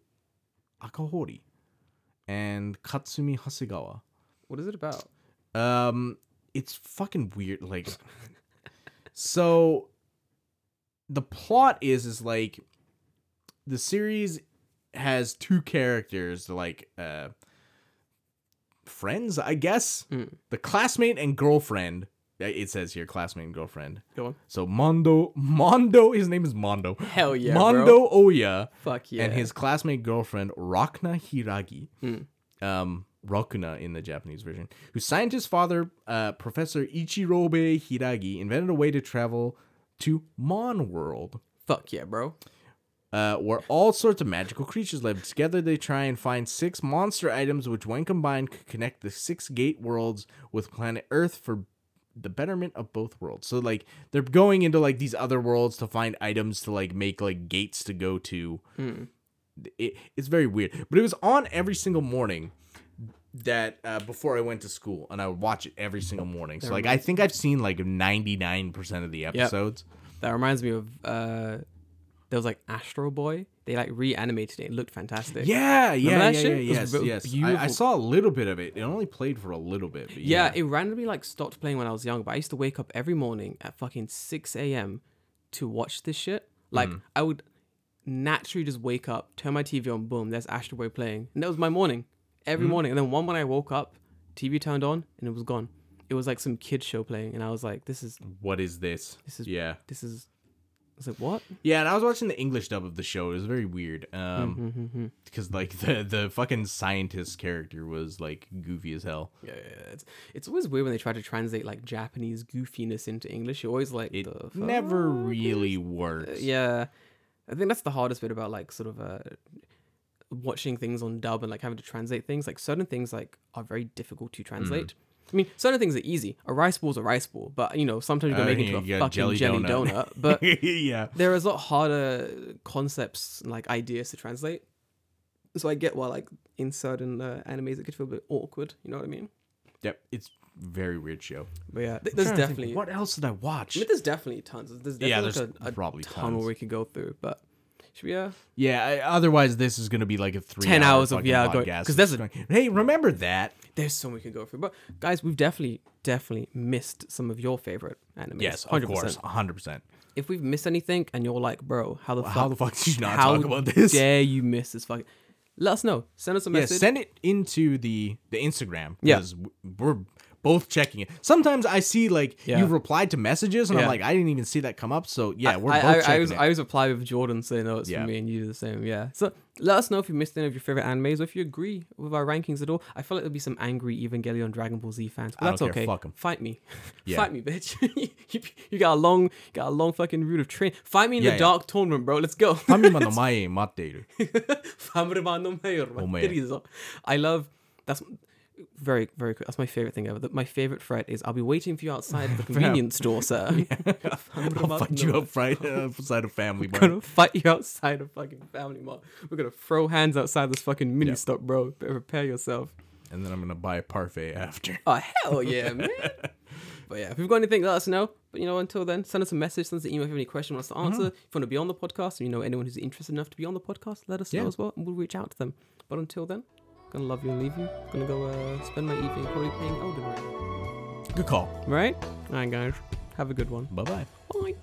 Akahori and Katsumi Hasegawa. What is it about? Um, it's fucking weird. Like, so the plot is is like the series has two characters, like uh, friends, I guess, Mm. the classmate and girlfriend Uh, It says here, classmate and girlfriend. Go on. So Mondo, Mondo, his name is Mondo. Hell Oh, yeah, Mondo Oya Fuck yeah. and his classmate girlfriend Rakna Hiragi, um, Rokuna in the Japanese version, whose scientist father, uh, Professor Ichirobe Hiragi, invented a way to travel to Mon World, Fuck yeah, bro. uh, where all sorts of magical creatures live. Together, they try and find six monster items, which, when combined, could connect the six gate worlds with planet Earth for the betterment of both worlds. So, like, they're going into like these other worlds to find items to like make like gates to go to Mm. it, it's very weird but it was on every single morning that uh, before i went to school and i would watch it every single morning so like i think i've seen like 99% of the episodes That reminds me of uh there was like Astro Boy. They like reanimated it. It looked fantastic. yeah yeah yeah, that yeah, shit? It was yes bu- yes I, I beautiful. saw a little bit of it it only played for a little bit but Yeah, it randomly like stopped playing when I was young, but I used to wake up every morning at fucking 6 a.m. to watch this shit. Like I would naturally just wake up, turn my TV on, boom, there's Astro Boy playing. And that was my morning. Every morning. And then one when I woke up, TV turned on and it was gone. It was like some kid show playing and I was like, this is what is this This is- yeah this is I was like, what? yeah and i was watching the english dub of the show it was very weird Mm-hmm, um because like the the fucking scientist character was like goofy as hell Yeah, yeah, yeah. It's, it's always weird when they try to translate like Japanese goofiness into English. You're always like, it the fuck? uh, never really worked Yeah, I think that's the hardest bit about like sort of uh, watching things on dub and like having to translate things. Like certain things like are very difficult to translate. Mm. I mean, certain things are easy. A rice ball's a rice ball, but you know sometimes you can Oh, make yeah, it into a you got fucking jelly jelly, donut. donut. But yeah there is a lot harder concepts and like ideas to translate. So I get why like in certain uh, animes it could feel a bit awkward. You know what I mean? Yep, it's very weird show. But yeah, th- there's definitely what else did I watch? I mean, there's definitely tons. There's definitely Yeah, like, there's a, a probably tunnel tons. we could go through. But should we? Uh, Yeah, I, otherwise this is gonna be like a three 10 hour hours of- fucking yeah, go- podcast. 'cause there's a- Going, hey, remember that? there's so much we could go through. But guys, we've definitely, definitely missed some of your favorite animes. Yes, of course, hundred percent. If we've missed anything, and you're like, bro, how the fuck? How the fuck did you not how talk about this? Dare you miss this fucking? Let us know. Send us a Yeah, message. send it into the the Instagram. Yeah. 'cause w- we're both checking it. Sometimes I see like Yeah. you've replied to messages, and I'm Yeah. like, I didn't even see that come up. So yeah, we're I, both I, checking I, was, it. I was reply with Jordan saying, "No, it's Yeah. for me," and you do the same. Yeah. So let us know if you missed any of your favorite animes, or if you agree with our rankings at all. I feel like there'll be some angry Evangelion Dragon Ball Z fans, but I don't that's care, okay. fuck 'em. Fight me, Yeah. fight me, bitch. you, you got a long, got a long fucking route of train. Fight me in Yeah, the yeah. dark tournament, bro. Let's go. 神様の前へ待っている。man. Oh, Family I love that's very very quick. That's my favorite thing ever. That- My favorite threat is I'll be waiting for you outside the convenience store, sir. I'll fight you up right outside of Family Bar. gonna fight you outside a fucking family mart. We're gonna throw hands outside this fucking mini stop, bro. Better prepare yourself. and then I'm gonna buy a parfait after. Oh hell yeah, man. But yeah, if you've got anything, let us know. But you know, until then, send us a message, send us an email if you have any question you want us to answer. If you want to be on the podcast, or you know anyone who's interested enough to be on the podcast, let us Yeah. know as well, and we'll reach out to them. But until then, gonna love you and leave you. Gonna go uh, spend my evening probably playing Elden Ring. Good call. Right? Alright guys, have a good one. Bye bye. Bye.